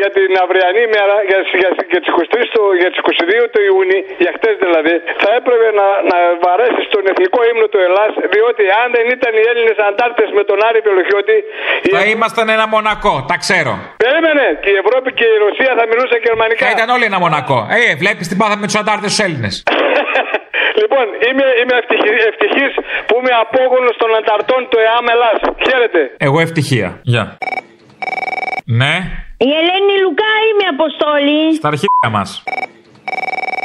U: για την αυριανή μέρα, για, για, για τις 23 του, για τις 22 του Ιούνιου, για χτες δηλαδή, θα έπρεπε να, να βαρέσεις τον εθνικό ύμνο του Ελλάς, διότι αν δεν ήταν οι Έλληνες αντάρτες με τον Άρη Πελοχιώτη,
B: Θα
U: Ε,
B: ήμασταν ένα μονακό, τα ξέρω.
U: περίμενε και η Ευρώπη και η Ρωσία θα μιλούσαν γερμανικά.
B: Θα ήταν όλοι ένα μονακό. Ε, βλέπεις τι πάθαμε με τους αντάρτες τους Έλληνες.
U: Λοιπόν, είμαι, είμαι ευτυχή που είμαι απόγονος των ανταρτών του ΕΑΜ Ελλάς. Χαίρετε.
B: Εγώ ευτυχία. Γεια. Ναι,
K: Η Ελένη Λουκά είμαι, Αποστόλη.
B: στα αρχεία μα.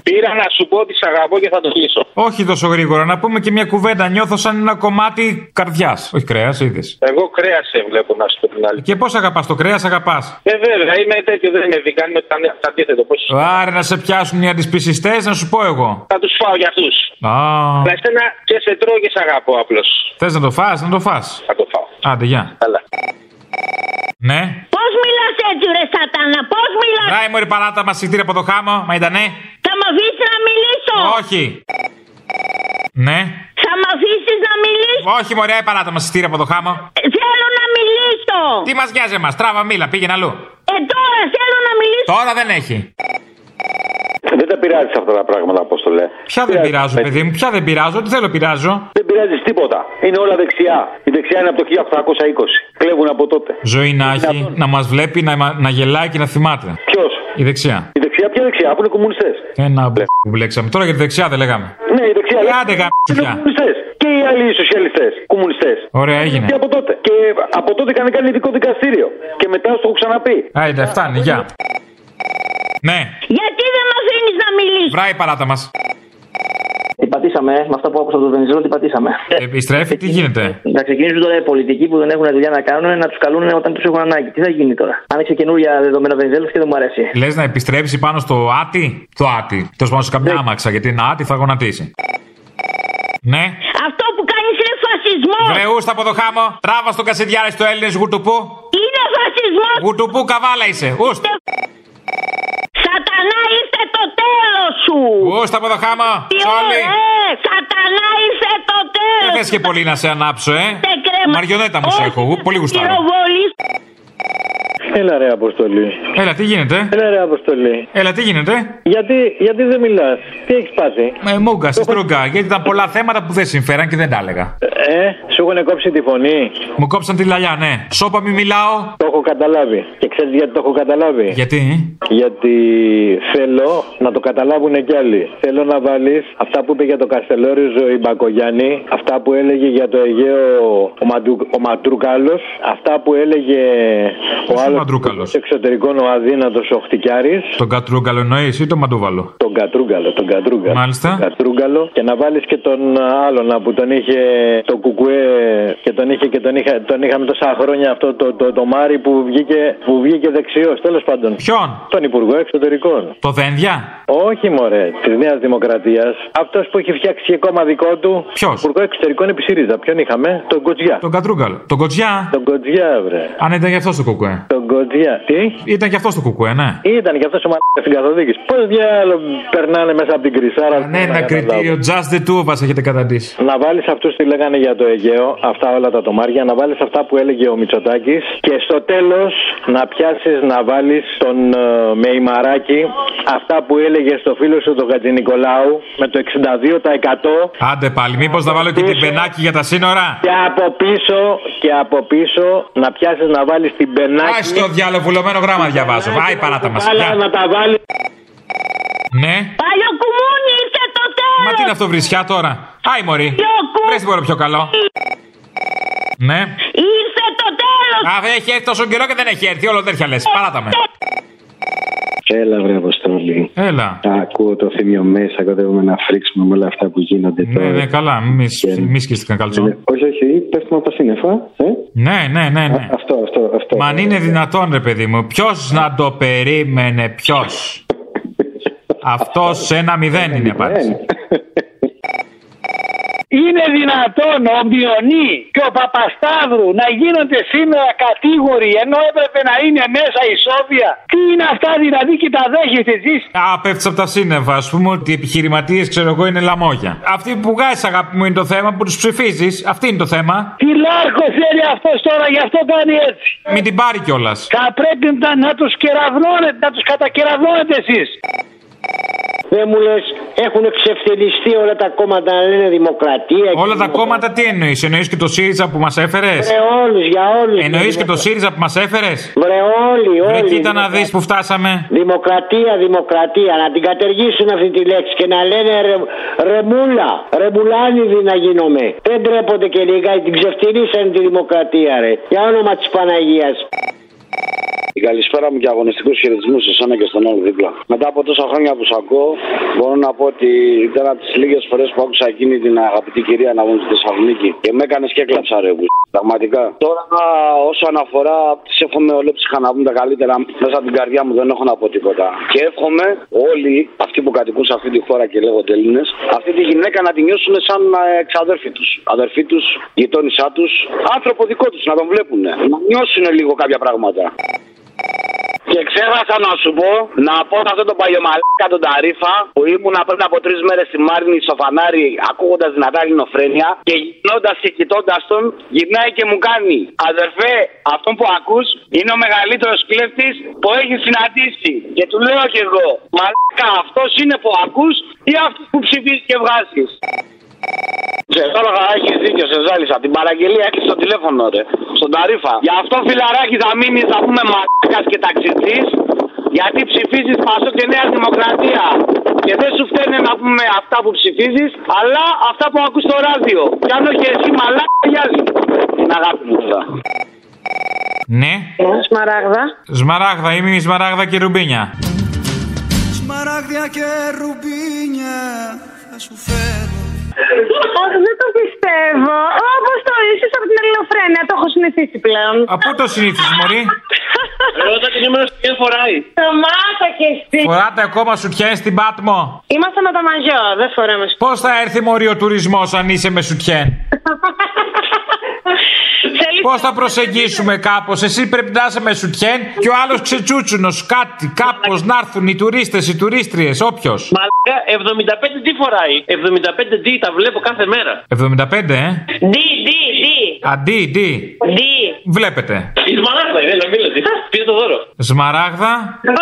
G: Πήρα να σου πω ότι σ' αγαπώ και θα το κλείσω.
B: Όχι τόσο γρήγορα, να πούμε και μια κουβέντα. Νιώθω σαν ένα κομμάτι καρδιάς. Όχι κρέας, είδες.
G: Εγώ κρέας σε βλέπω να σου πω την αλήθεια.
B: Και πώς αγαπάς το κρέας, αγαπάς.
G: Ε, βέβαια, είμαι τέτοιο, δεν είναι δικά μου, τα τα αντίθετο. Πώς
B: Άρε να σε πιάσουν οι αντισπισιστές, να σου πω εγώ.
G: θα τους φάω για αυτούς.
B: Α,
G: Αλλά εσένα και σε τρώω και σ' αγαπώ απλώς.
B: θες να το φας, να το φας.
G: Θα το φάω.
B: Άντε, γεια. Ναι.
K: Πώς μιλάς έτσι, ρε Σατάνα, πώς μιλάς.
B: Ράι μωρή παράτα μα συγχτήρια από το χάμο, μα ήταν ναι.
K: Θα μ' αφήσει να μιλήσω.
B: Όχι. Ναι.
K: Θα μ' αφήσεις να μιλήσω.
B: Όχι, μωρέ, παράτα μα συγχτήρια από το χάμο.
K: Ε, Θέλω να μιλήσω.
B: Τι μας νοιάζει εμάς, τράβα μίλα, πήγαινε αλλού.
K: Ε, τώρα θέλω να μιλήσω.
B: Τώρα δεν έχει.
T: Δεν τα πειράζεις αυτά τα πράγματα, Απόστολε.
B: Ποια δεν πειράζω, παιδί μου, ποια δεν πειράζω, ό,τι θέλω πειράζω.
T: Δεν πειράζεις τίποτα. Είναι όλα δεξιά. Η δεξιά είναι από το 1820. Κλέβουν από τότε.
B: Ζωή να έχει, να μας βλέπει, να, μα- να γελάει και να θυμάται.
T: Ποιος?
B: Η δεξιά.
T: Η δεξιά, ποια δεξιά, που είναι κομμουνιστές.
B: Ένα μπλε που μπλέξαμε. Τώρα για τη δεξιά δεν λέγαμε.
T: Ναι, η δεξιά.
B: Ε, άντε, γα-
T: Είναι
B: πια.
T: κομμουνιστές. Και οι άλλοι οι σοσιαλιστές. Κομμουνιστές.
B: Ωραία, Ε, έγινε.
T: Και από τότε. Και από τότε είχαν κάνει ειδικό δικαστήριο. Και μετά σου το έχω ξαναπεί.
B: Άιντε, φτάνει, γεια. Ναι,
K: Γιατί δεν με αφήνει να μιλήσω.
B: βράει η παράτα μας.
W: Την πατήσαμε, ε, με αυτό που άκουσα από τον Βενιζέλο, την πατήσαμε.
B: Επιστρέφει, τι γίνεται.
W: Να ξεκινήσουν τώρα οι πολιτικοί που δεν έχουν δουλειά να κάνουν να τους καλούν όταν τους έχουν ανάγκη. Τι θα γίνει τώρα. Άνοιξε καινούρια δεδομένα Βενιζέλος και δεν μου αρέσει.
B: Λες να επιστρέψει πάνω στο άτι. Το άτι. Τέλος πάνω σε
K: Ναι.
B: καμιά άμαξα, γιατί ένα άτι θα γονατίσει. Ναι.
K: Αυτό που κάνεις είναι φασισμός.
B: Βρεούστα από το χάμο, τράβα στον κασιδιάρι στο Έλληνες γουτουπού.
K: Είναι φασισμός.
B: Γουτουπού καβάλα είσαι. Ούστα.
G: Σατανά ήρθε το τέλος σου!
B: Ω, στα ποδοχάμα! Τσόλι!
G: Ε, σατανά ήρθε το τέλο!
B: Δεν θες και πολύ να σε ανάψω, ε! Μαριονέτα μου σε έχω, εγώ πολύ γουστάρω.
F: Έλα ρε Αποστολή.
B: Έλα, τι γίνεται.
F: Έλα ρε Αποστολή.
B: Έλα, τι γίνεται.
F: Γιατί, γιατί δεν μιλάς, τι έχεις πάθει.
B: Ε, μούγκα, στη τρούγκα, γιατί ήταν πολλά θέματα που δεν συμφέραν και δεν τα έλεγα.
F: Ε, σου έχουν κόψει τη φωνή.
B: Μου κόψαν τη λαλιά, ναι. Σώπα, μη μιλάω.
F: Το έχω καταλάβει. Και ξέρεις γιατί το έχω καταλάβει.
B: Γιατί.
F: Γιατί θέλω να το καταλάβουν κι άλλοι. Θέλω να βάλεις αυτά που είπε για το Καστελόριζο η Μπακογιάννη, αυτά που έλεγε για το Αιγαίο ο, Μαντου, ο Ματρούκαλο, αυτά που έλεγε ο
B: Ποιος είναι ο
F: άλλος
B: Μαντρούκαλος?
F: εξωτερικών ο αδύνατος ο Χτικιάρη.
B: Τον κατρούγκαλο εννοείς ή τον μαντούβαλο.
F: Τον Κατρούγκαλο, τον Κατρούγκαλο.
B: Μάλιστα.
F: Τον Κατρούγκαλο και να βάλεις και τον άλλον α, που τον είχε το Κουκουέ και τον είχε και τον, είχα, τον είχαμε τόσα χρόνια αυτό το, το, το Μάρι που βγήκε, που βγήκε δεξιός, τέλος πάντων.
B: Ποιον?
F: Τον Υπουργό Εξωτερικών.
B: Το δένδια.
F: Όχι, μωρέ, της Νέας Δημοκρατίας. Αυτός που έχει φτιάξει και κόμμα δικό του.
B: Ποιος?
F: Υπουργό Εξωτερικών επί ΣΥΡΙΖΑ. Ποιον είχαμε, τον Κοτζιά.
B: Τον κατρούγκαλο. Τον κοτζιά.
F: Τον Κοτζιά, βρε.
B: Αν ήταν και αυτό το κουκουέ.
F: Τον Κοτζιά. Τι?
B: Ήταν και αυτός το κουκουέ, ναι.
F: Ήταν και αυτός ο μαλάκα στην καθοδήγηση. Πώς διάλογο περνάνε μέσα από την κρυσάρα.
B: Ναι, ένα κριτήριο just the two of us έχετε καταντήσει.
F: Να βάλεις αυτούς τι λέγανε για το Αιγαίο, αυτά όλα τα τομάρια, να βάλεις αυτά που έλεγε ο Μητσοτάκης και στο τέλος να πιάσεις να βάλεις τον ε, Μεϊμαράκη αυτά που έλεγε στο φίλο σου τον Χατζη Νικολάου με το 62%
B: Άντε πάλι, μήπως να βάλω και την πενάκι για τα σύνορα.
F: και από πίσω και από πίσω να πιάσεις να βάλεις την πενάκη.
B: Άι στο διάλογο, βουλωμένο γράμμα διαβάζω. Άι παράτα μα.
F: Αλλά να τα βάλει.
B: Ναι.
G: Παλιοκουμούνι ήρθε το τέλος!
B: Μα τι είναι αυτό βρισιά τώρα. Άι μωρή. Βρες μπορώ πιο καλό. Ναι.
G: Ήρθε το τέλος!
B: Α, δεν έχει έρθει τόσο καιρό και δεν έχει έρθει. Όλο τέτοια λες. Παράτα με.
H: Έλα, βρε Αποστόλη.
B: Έλα.
H: Τα ακούω το θύμιο μέσα, κοντεύουμε να φρίξουμε με όλα αυτά που γίνονται
U: Ε,
B: Ναι,
H: τώρα. Ε,
B: ναι, καλά. Μη σκίστηκαν καλτσό.
H: Όχι, όχι, πέφτουμε από τα σύννεφα. Ε?
B: Ναι, ναι, ναι, ναι.
H: Αυτό, αυτό, αυτό.
B: Μα αν είναι δυνατόν, ρε παιδί μου, ποιος να το περίμενε, ποιος. Αυτός ένα μηδέν είναι απάντηση.
H: Είναι δυνατόν ο Μιονί και ο Παπασταύρου να γίνονται σήμερα κατήγοροι ενώ έπρεπε να είναι μέσα η Σόβια. Τι είναι αυτά δηλαδή και τα δέχεστε εσείς.
B: Α, πέφτεις από τα σύννεφα, ας πούμε, ότι οι επιχειρηματίες, ξέρω εγώ, είναι λαμόγια. Αυτοί που βγάζεις, αγάπη μου, είναι το θέμα που τους ψηφίζεις. Αυτή είναι το θέμα.
H: Τι λάρκο θέλει αυτός τώρα, γι' αυτό κάνει έτσι.
B: Μην την πάρει κιόλας.
H: Θα πρέπει να, να τους κεραυνώνετε, να τους κατακεραυνώνετε εσείς.
K: Δεν μου λες, έχουν ξεφτυλιστεί όλα τα κόμματα να λένε Δημοκρατία.
B: Όλα τα κόμματα τι εννοείς, εννοείς και το ΣΥΡΙΖΑ που μας έφερες.
K: Βρε όλους, για όλους.
B: Εννοείς και το ΣΥΡΙΖΑ που μας έφερες.
K: Βρε όλοι, όλοι.
B: Βρε κοίτα να δεις που φτάσαμε.
K: Δημοκρατία, δημοκρατία. Να την κατεργήσουν αυτή τη λέξη και να λένε ρε, ρεμούλα, ρεμουλάνιδη να γίνομαι. Δεν τρέπονται και λίγα, την ξεφτυλίσανε τη δημοκρατία, ρε. Για όνομα της Παναγίας.
L: Καλησπέρα μου και αγωνιστικούς χαιρετισμούς σε εσένα και στον άλλο δίπλα. Μετά από τόσα χρόνια που σ' ακούω, μπορώ να πω ότι ήταν από τις λίγες φορές που άκουσα εκείνη την αγαπητή κυρία να βγουν στη Θεσσαλονίκη. Και με έκανες και κλαψα, ρε που. Πραγματικά. Τώρα, όσο αναφορά, τις εύχομαι ολόψυχα να βγουν τα καλύτερα. Μέσα από την καρδιά μου δεν έχω να πω τίποτα. Και εύχομαι όλοι αυτοί που κατοικούν σε αυτή τη χώρα και λέγονται Έλληνες, αυτή τη γυναίκα Ναι, να τη νιώσουν σαν ε, εξαδέρφη τους. Αδερφή τους, γειτόνισά τους, άνθρωπο δικό τους, να τον βλέπουν. Να νιώσουν λίγο κάποια πράγματα. Και ξέχασα να σου πω να πω σε αυτό το παλιομαλάκα τον Ταρίφα που ήμουν πριν από τρεις μέρες στη Μάρνη στο φανάρι ακούγοντας δυνατά ελληνοφρένια και γυρνώντας και κοιτώντας τον γυρνάει και μου κάνει Αδερφέ, αυτόν που ακούς είναι ο μεγαλύτερος κλέφτης που έχει συναντήσει. Και του λέω κι εγώ Μαλάκα, αυτός είναι που ακούς ή αυτός που ψηφίζεις και βγάζεις. Σε τώρα έχεις δίκιο, σε ζάλισα. Την παραγγελία έχεις στο τηλέφωνο, ρε. Στον Ταρίφα. Γι' αυτό φιλαράκι θα μείνεις, θα πούμε μαλάκας και ταξιτής. Γιατί ψηφίζεις Πασό και Νέα Δημοκρατία. Και δεν σου φταίνε να πούμε αυτά που ψηφίζεις, αλλά αυτά που ακούς στο ράδιο. Κι αν όχι εσύ μαλάκα, γυάζει. Την αγάπη μου τώρα.
B: Ναι.
K: Σμαράγδα.
B: Σμαράγδα, είμαι η Σμαράγδα και η Ρουμπίνια.
M: Σμαράγδια και ρουμπίνια θα σου φέρω.
O: Όχι, δεν το πιστεύω. Όπω το είσαι από την ελληνοφρένεια, το έχω συνηθίσει πλέον.
B: Από πού το συνήθιζε, Μωρή.
L: Ε,
K: Ρώτα τι νούμερο σου και φοράει.
O: Σταμάτα και εσύ.
B: Φοράτε ακόμα σουτιέν στην Πάτμο.
O: Είμαστε με τα μαγιό, δεν φορέμε. σ-
B: Πώς θα έρθει, Μωρή, ο τουρισμός αν είσαι με σουτιέν.
O: Θέλεις
B: Πώς θα προσεγγίσουμε κάπως. Εσύ πρέπει να είσαι με σουτιέν και ο άλλος ξετσούτσουνος. Κάτι, κάπως να έρθουν οι τουρίστες, οι τουρίστριες, όποιος.
L: Μαλάκα, 75 τι φοράει. 75 τι τα βλέπω κάθε μέρα.
B: 75, ε.
L: Ντι, ντι, ντι.
B: Αντί, ντί.
L: Ντι.
B: Βλέπετε.
L: Η σμαράγδα είναι, Ε, ναι, να μην λέτε. Πήρε το δώρο.
B: Σμαράγδα.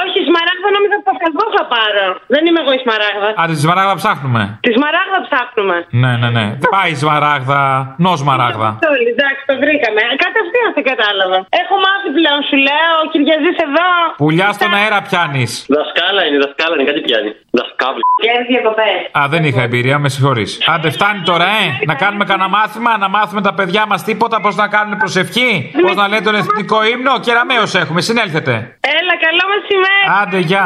C: Όχι, σμαράγδα νόμιζα πω εγώ θα πάρω. Δεν είμαι εγώ η σμαράγδα.
B: Α, τη σμαράγδα ψάχνουμε.
C: Τη σμαράγδα ψάχνουμε.
B: Ναι, ναι, ναι. Δεν πάει σμαράγδα. Νο σμαράγδα.
C: Όλοι, εντάξει, το βρήκαμε. Κατευθείαν σε κατάλαβα. Έχω μάθει πλέον, σου λέω, ο Κυριαζής εδώ.
B: Πουλιά στον αέρα πιάνεις.
L: Δασκάλα είναι, δασκάλα είναι, κάτι πιάνει. Δασκάβλη.
C: Κέρδη διακοπές.
B: Α, δεν είχα εμπειρία, με συγχωρείς. Άντε, φτάνει τώρα, ε! Να κάνουμε κανένα μάθημα, να μάθουμε τα παιδιά μας τίποτα, πώς να κάνουν προσευχή, πώς να λένε τον εθνικό ύμνο. Κεραμαίο έχουμε, συνέλθετε.
C: Έλα, καλό μεσημέρι.
B: Άντε, γεια.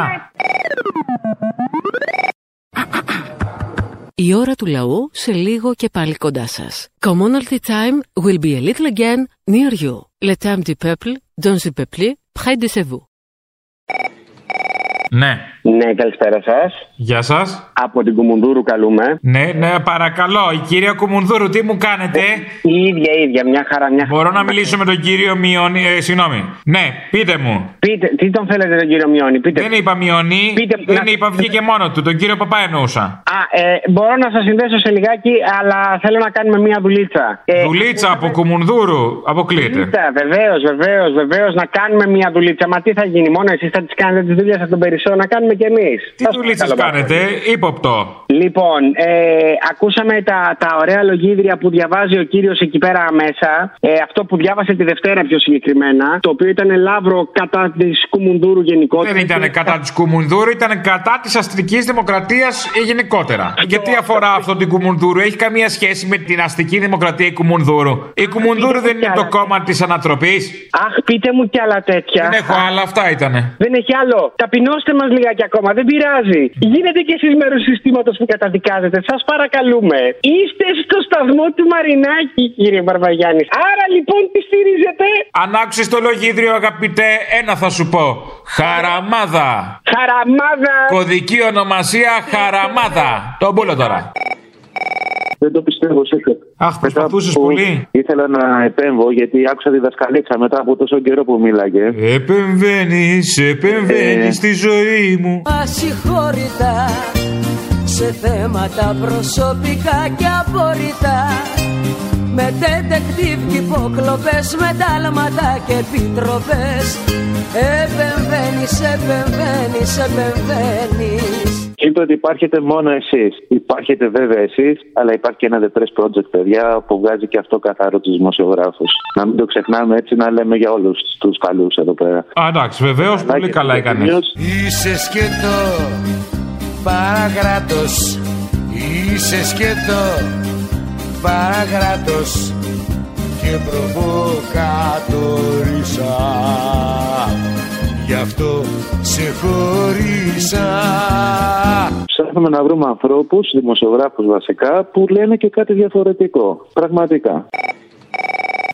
A: Η ώρα του λαού σε λίγο και πάλι κοντά σας. Commonalty time will be a little again near you. Le temps du peuple, dans le peuple, près de chez vous.
B: Ναι.
P: Ναι, καλησπέρα σας.
B: Γεια σας.
P: Από την Κουμουνδούρου καλούμε.
B: Ναι, ναι, παρακαλώ. Η κυρία Κουμουνδούρου, τι μου κάνετε.
P: Η ίδια, η ίδια, μια χαρά, μια χαρά.
B: Μπορώ να μιλήσω με τον κύριο Μιονί. Ε, συγγνώμη. Ναι, πείτε μου.
P: Πείτε, τι τον θέλετε τον κύριο Μιώνη, πείτε.
B: Δεν είπα Μιονί.
P: Πείτε-
B: δεν
P: να-
B: είπα, βγήκε μόνο του. Τον κύριο Παπά εννοούσα.
P: Α, ε, μπορώ να σας συνδέσω σε λιγάκι, αλλά θέλω να κάνουμε μια δουλίτσα. Ε,
B: Δουλίτσα από Κουμουνδούρου. Αποκλείεται.
P: Βεβαίως, βεβαίως, βεβαίως να κάνουμε μια δουλίτσα. Μα τι θα γίνει, μόνο εσείς θα τις κάνετε τις δουλειές από τον Περισσό, να κάνουμε κι εμείς.
B: Τι δουλίτσε κάνετε, ύποπτο.
P: Λοιπόν, ε, ακούσαμε τα, τα ωραία λογίδρια που διαβάζει ο κύριος εκεί πέρα μέσα. Ε, αυτό που διάβασε τη Δευτέρα πιο συγκεκριμένα, το οποίο ήταν λαύρο κατά της Κουμουνδούρου γενικότερα.
B: Δεν ήταν κατά της Κουμουνδούρου, ήταν κατά της αστικής δημοκρατίας γενικότερα. Γιατί αφορά αυτό την Κουμουνδούρου, έχει καμία σχέση με την αστική δημοκρατία η Κουμουνδούρου. Η Κουμουνδούρου δεν είναι το κόμμα της ανατροπής.
P: Αχ, πείτε μου κι άλλα τέτοια.
B: Δεν έχω άλλα, αυτά ήτανε.
P: Δεν έχει άλλο. Ταπεινώστε μας λιγάκι ακόμα. Δεν πειράζει. Γίνετε κι εσείς μέρος συστήματος που καταδικάζετε. Σας παρακαλούμε. Είστε στο σταθμό του Μαρινάκη, κύριε Μπαρβαγιάννης. Άρα λοιπόν τι στηρίζετε.
B: Αν άκουσε το λογίδριο, αγαπητέ, ένα θα σου πω. Χαραμάδα.
P: Χαραμάδα.
B: Κωδική ονομασία Χαραμάδα. Τον πούλο τώρα.
E: Δεν το πιστεύω, σίγουρα.
B: Αχ, προσπαθούσε πολύ.
E: Ήθελα να επέμβω γιατί άκουσα τη δασκαλίτσα μετά από τόσο καιρό που μίλαγε.
B: Επεμβαίνεις, επεμβαίνεις στη ζωή μου.
R: ασυγχώρητα σε θέματα προσωπικά και απόρριτα με detective και υποκλοπές, με τάλματα και επιτροπές επεμβαίνεις, επεμβαίνεις, επεμβαίνεις
E: Είπε ότι υπάρχετε μόνο εσείς. Υπάρχετε βέβαια εσείς, αλλά υπάρχει και ένα The Press Project, παιδιά, που βγάζει και αυτό καθαρό τους δημοσιογράφους. Να μην το ξεχνάμε έτσι, να λέμε για όλους τους καλού εδώ πέρα.
B: Α, εντάξει, βεβαίως πολύ καλά έκανε.
R: Είσαι σκέτο,
E: παρακράτος.
R: Είσαι σκέτο, παραγράτος και προβοκατορίσα Γι' αυτό σε χωρίσα
E: Ψάχνουμε να βρούμε ανθρώπους, δημοσιογράφους βασικά, που λένε και κάτι διαφορετικό. Πραγματικά.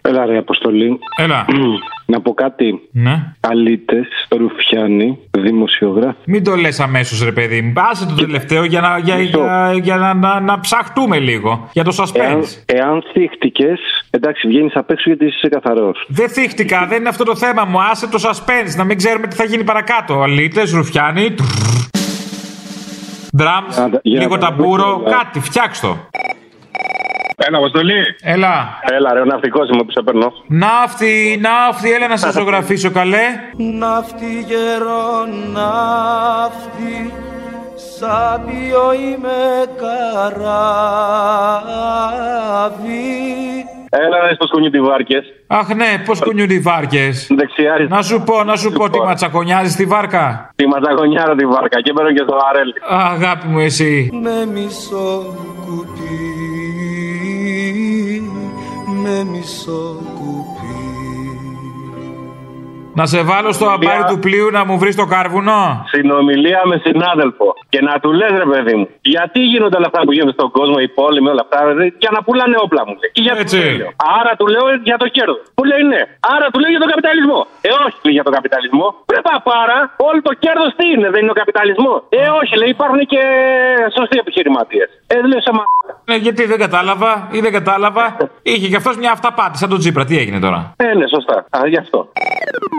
U: Έλα ρε Αποστολή.
B: Έλα.
U: Να πω κάτι.
B: Ναι.
U: Αλίτες, Ρουφιάνη, δημοσιογράφοι.
B: Μην το λες αμέσως ρε παιδί μου. Πάσε το τελευταίο για να, για, για, για να, να, να ψαχτούμε λίγο. Για το
X: Ε,
B: suspense.
U: Εάν, εάν θύχτηκες, εντάξει βγαίνεις απ' έξω γιατί είσαι καθαρός.
B: Δεν θύχτηκα, δεν είναι αυτό το θέμα μου. Άσε το suspense, να μην ξέρουμε τι θα γίνει παρακάτω. Αλίτε, ρουφιάνοι. Drums, λίγο ταμπούρο, κάτι, φτιάξ' το.
X: Ένα αποστολή.
B: Έλα.
X: Έλα, ρε, ο ναυτικός είμαι που σε παίρνω.
B: Ναύτη, ναύτη, έλα να σε ζωγραφίσω καλέ.
Y: Ναύτη γερό ναύτη Σάπιο είμαι καράβι
X: Έλα, ρε, στο σκουνί τη βάρκες.
B: Αχ ναι, πώς κουνιούνται οι βάρκες. Να σου πω, να σου πω τι ματσακονιάζεις τη βάρκα.
X: Λοιπόν. Τη ματσαγωνιάρα τη βάρκα και παίρνω και στο αρέλ.
B: Αγάπη μου εσύ.
Y: Με μισό κουτί Με μισό κουπί
B: Να σε βάλω στο αμπάρι του πλοίου να μου βρεις το κάρβουνο.
U: Συνομιλία με συνάδελφο. Και να του λες, ρε παιδί μου, γιατί γίνονται όλα αυτά που γίνονται στον κόσμο, η πόλη με όλα αυτά, ρε, για να πουλάνε όπλα μου. λέει. Και για
B: Έτσι.
U: το λέω. Άρα του λέω ε, για το κέρδο. Μου λέει ναι. Άρα του λέω για τον καπιταλισμό. Ε, όχι λέει, για τον καπιταλισμό. Πρέπει πάρα, όλο το κέρδος τι είναι, δεν είναι ο καπιταλισμός. Ε, όχι, λέει, υπάρχουν και σωστοί επιχειρηματίες. Ε, λέω σε μα.
B: Ναι, γιατί δεν κατάλαβα ή δεν κατάλαβα. Είχε κι αυτός μια αυταπάτη σαν τον Τζίπρα. Τι έγινε τώρα.
U: Ε, ναι, σωστά. Α, γι' αυτό.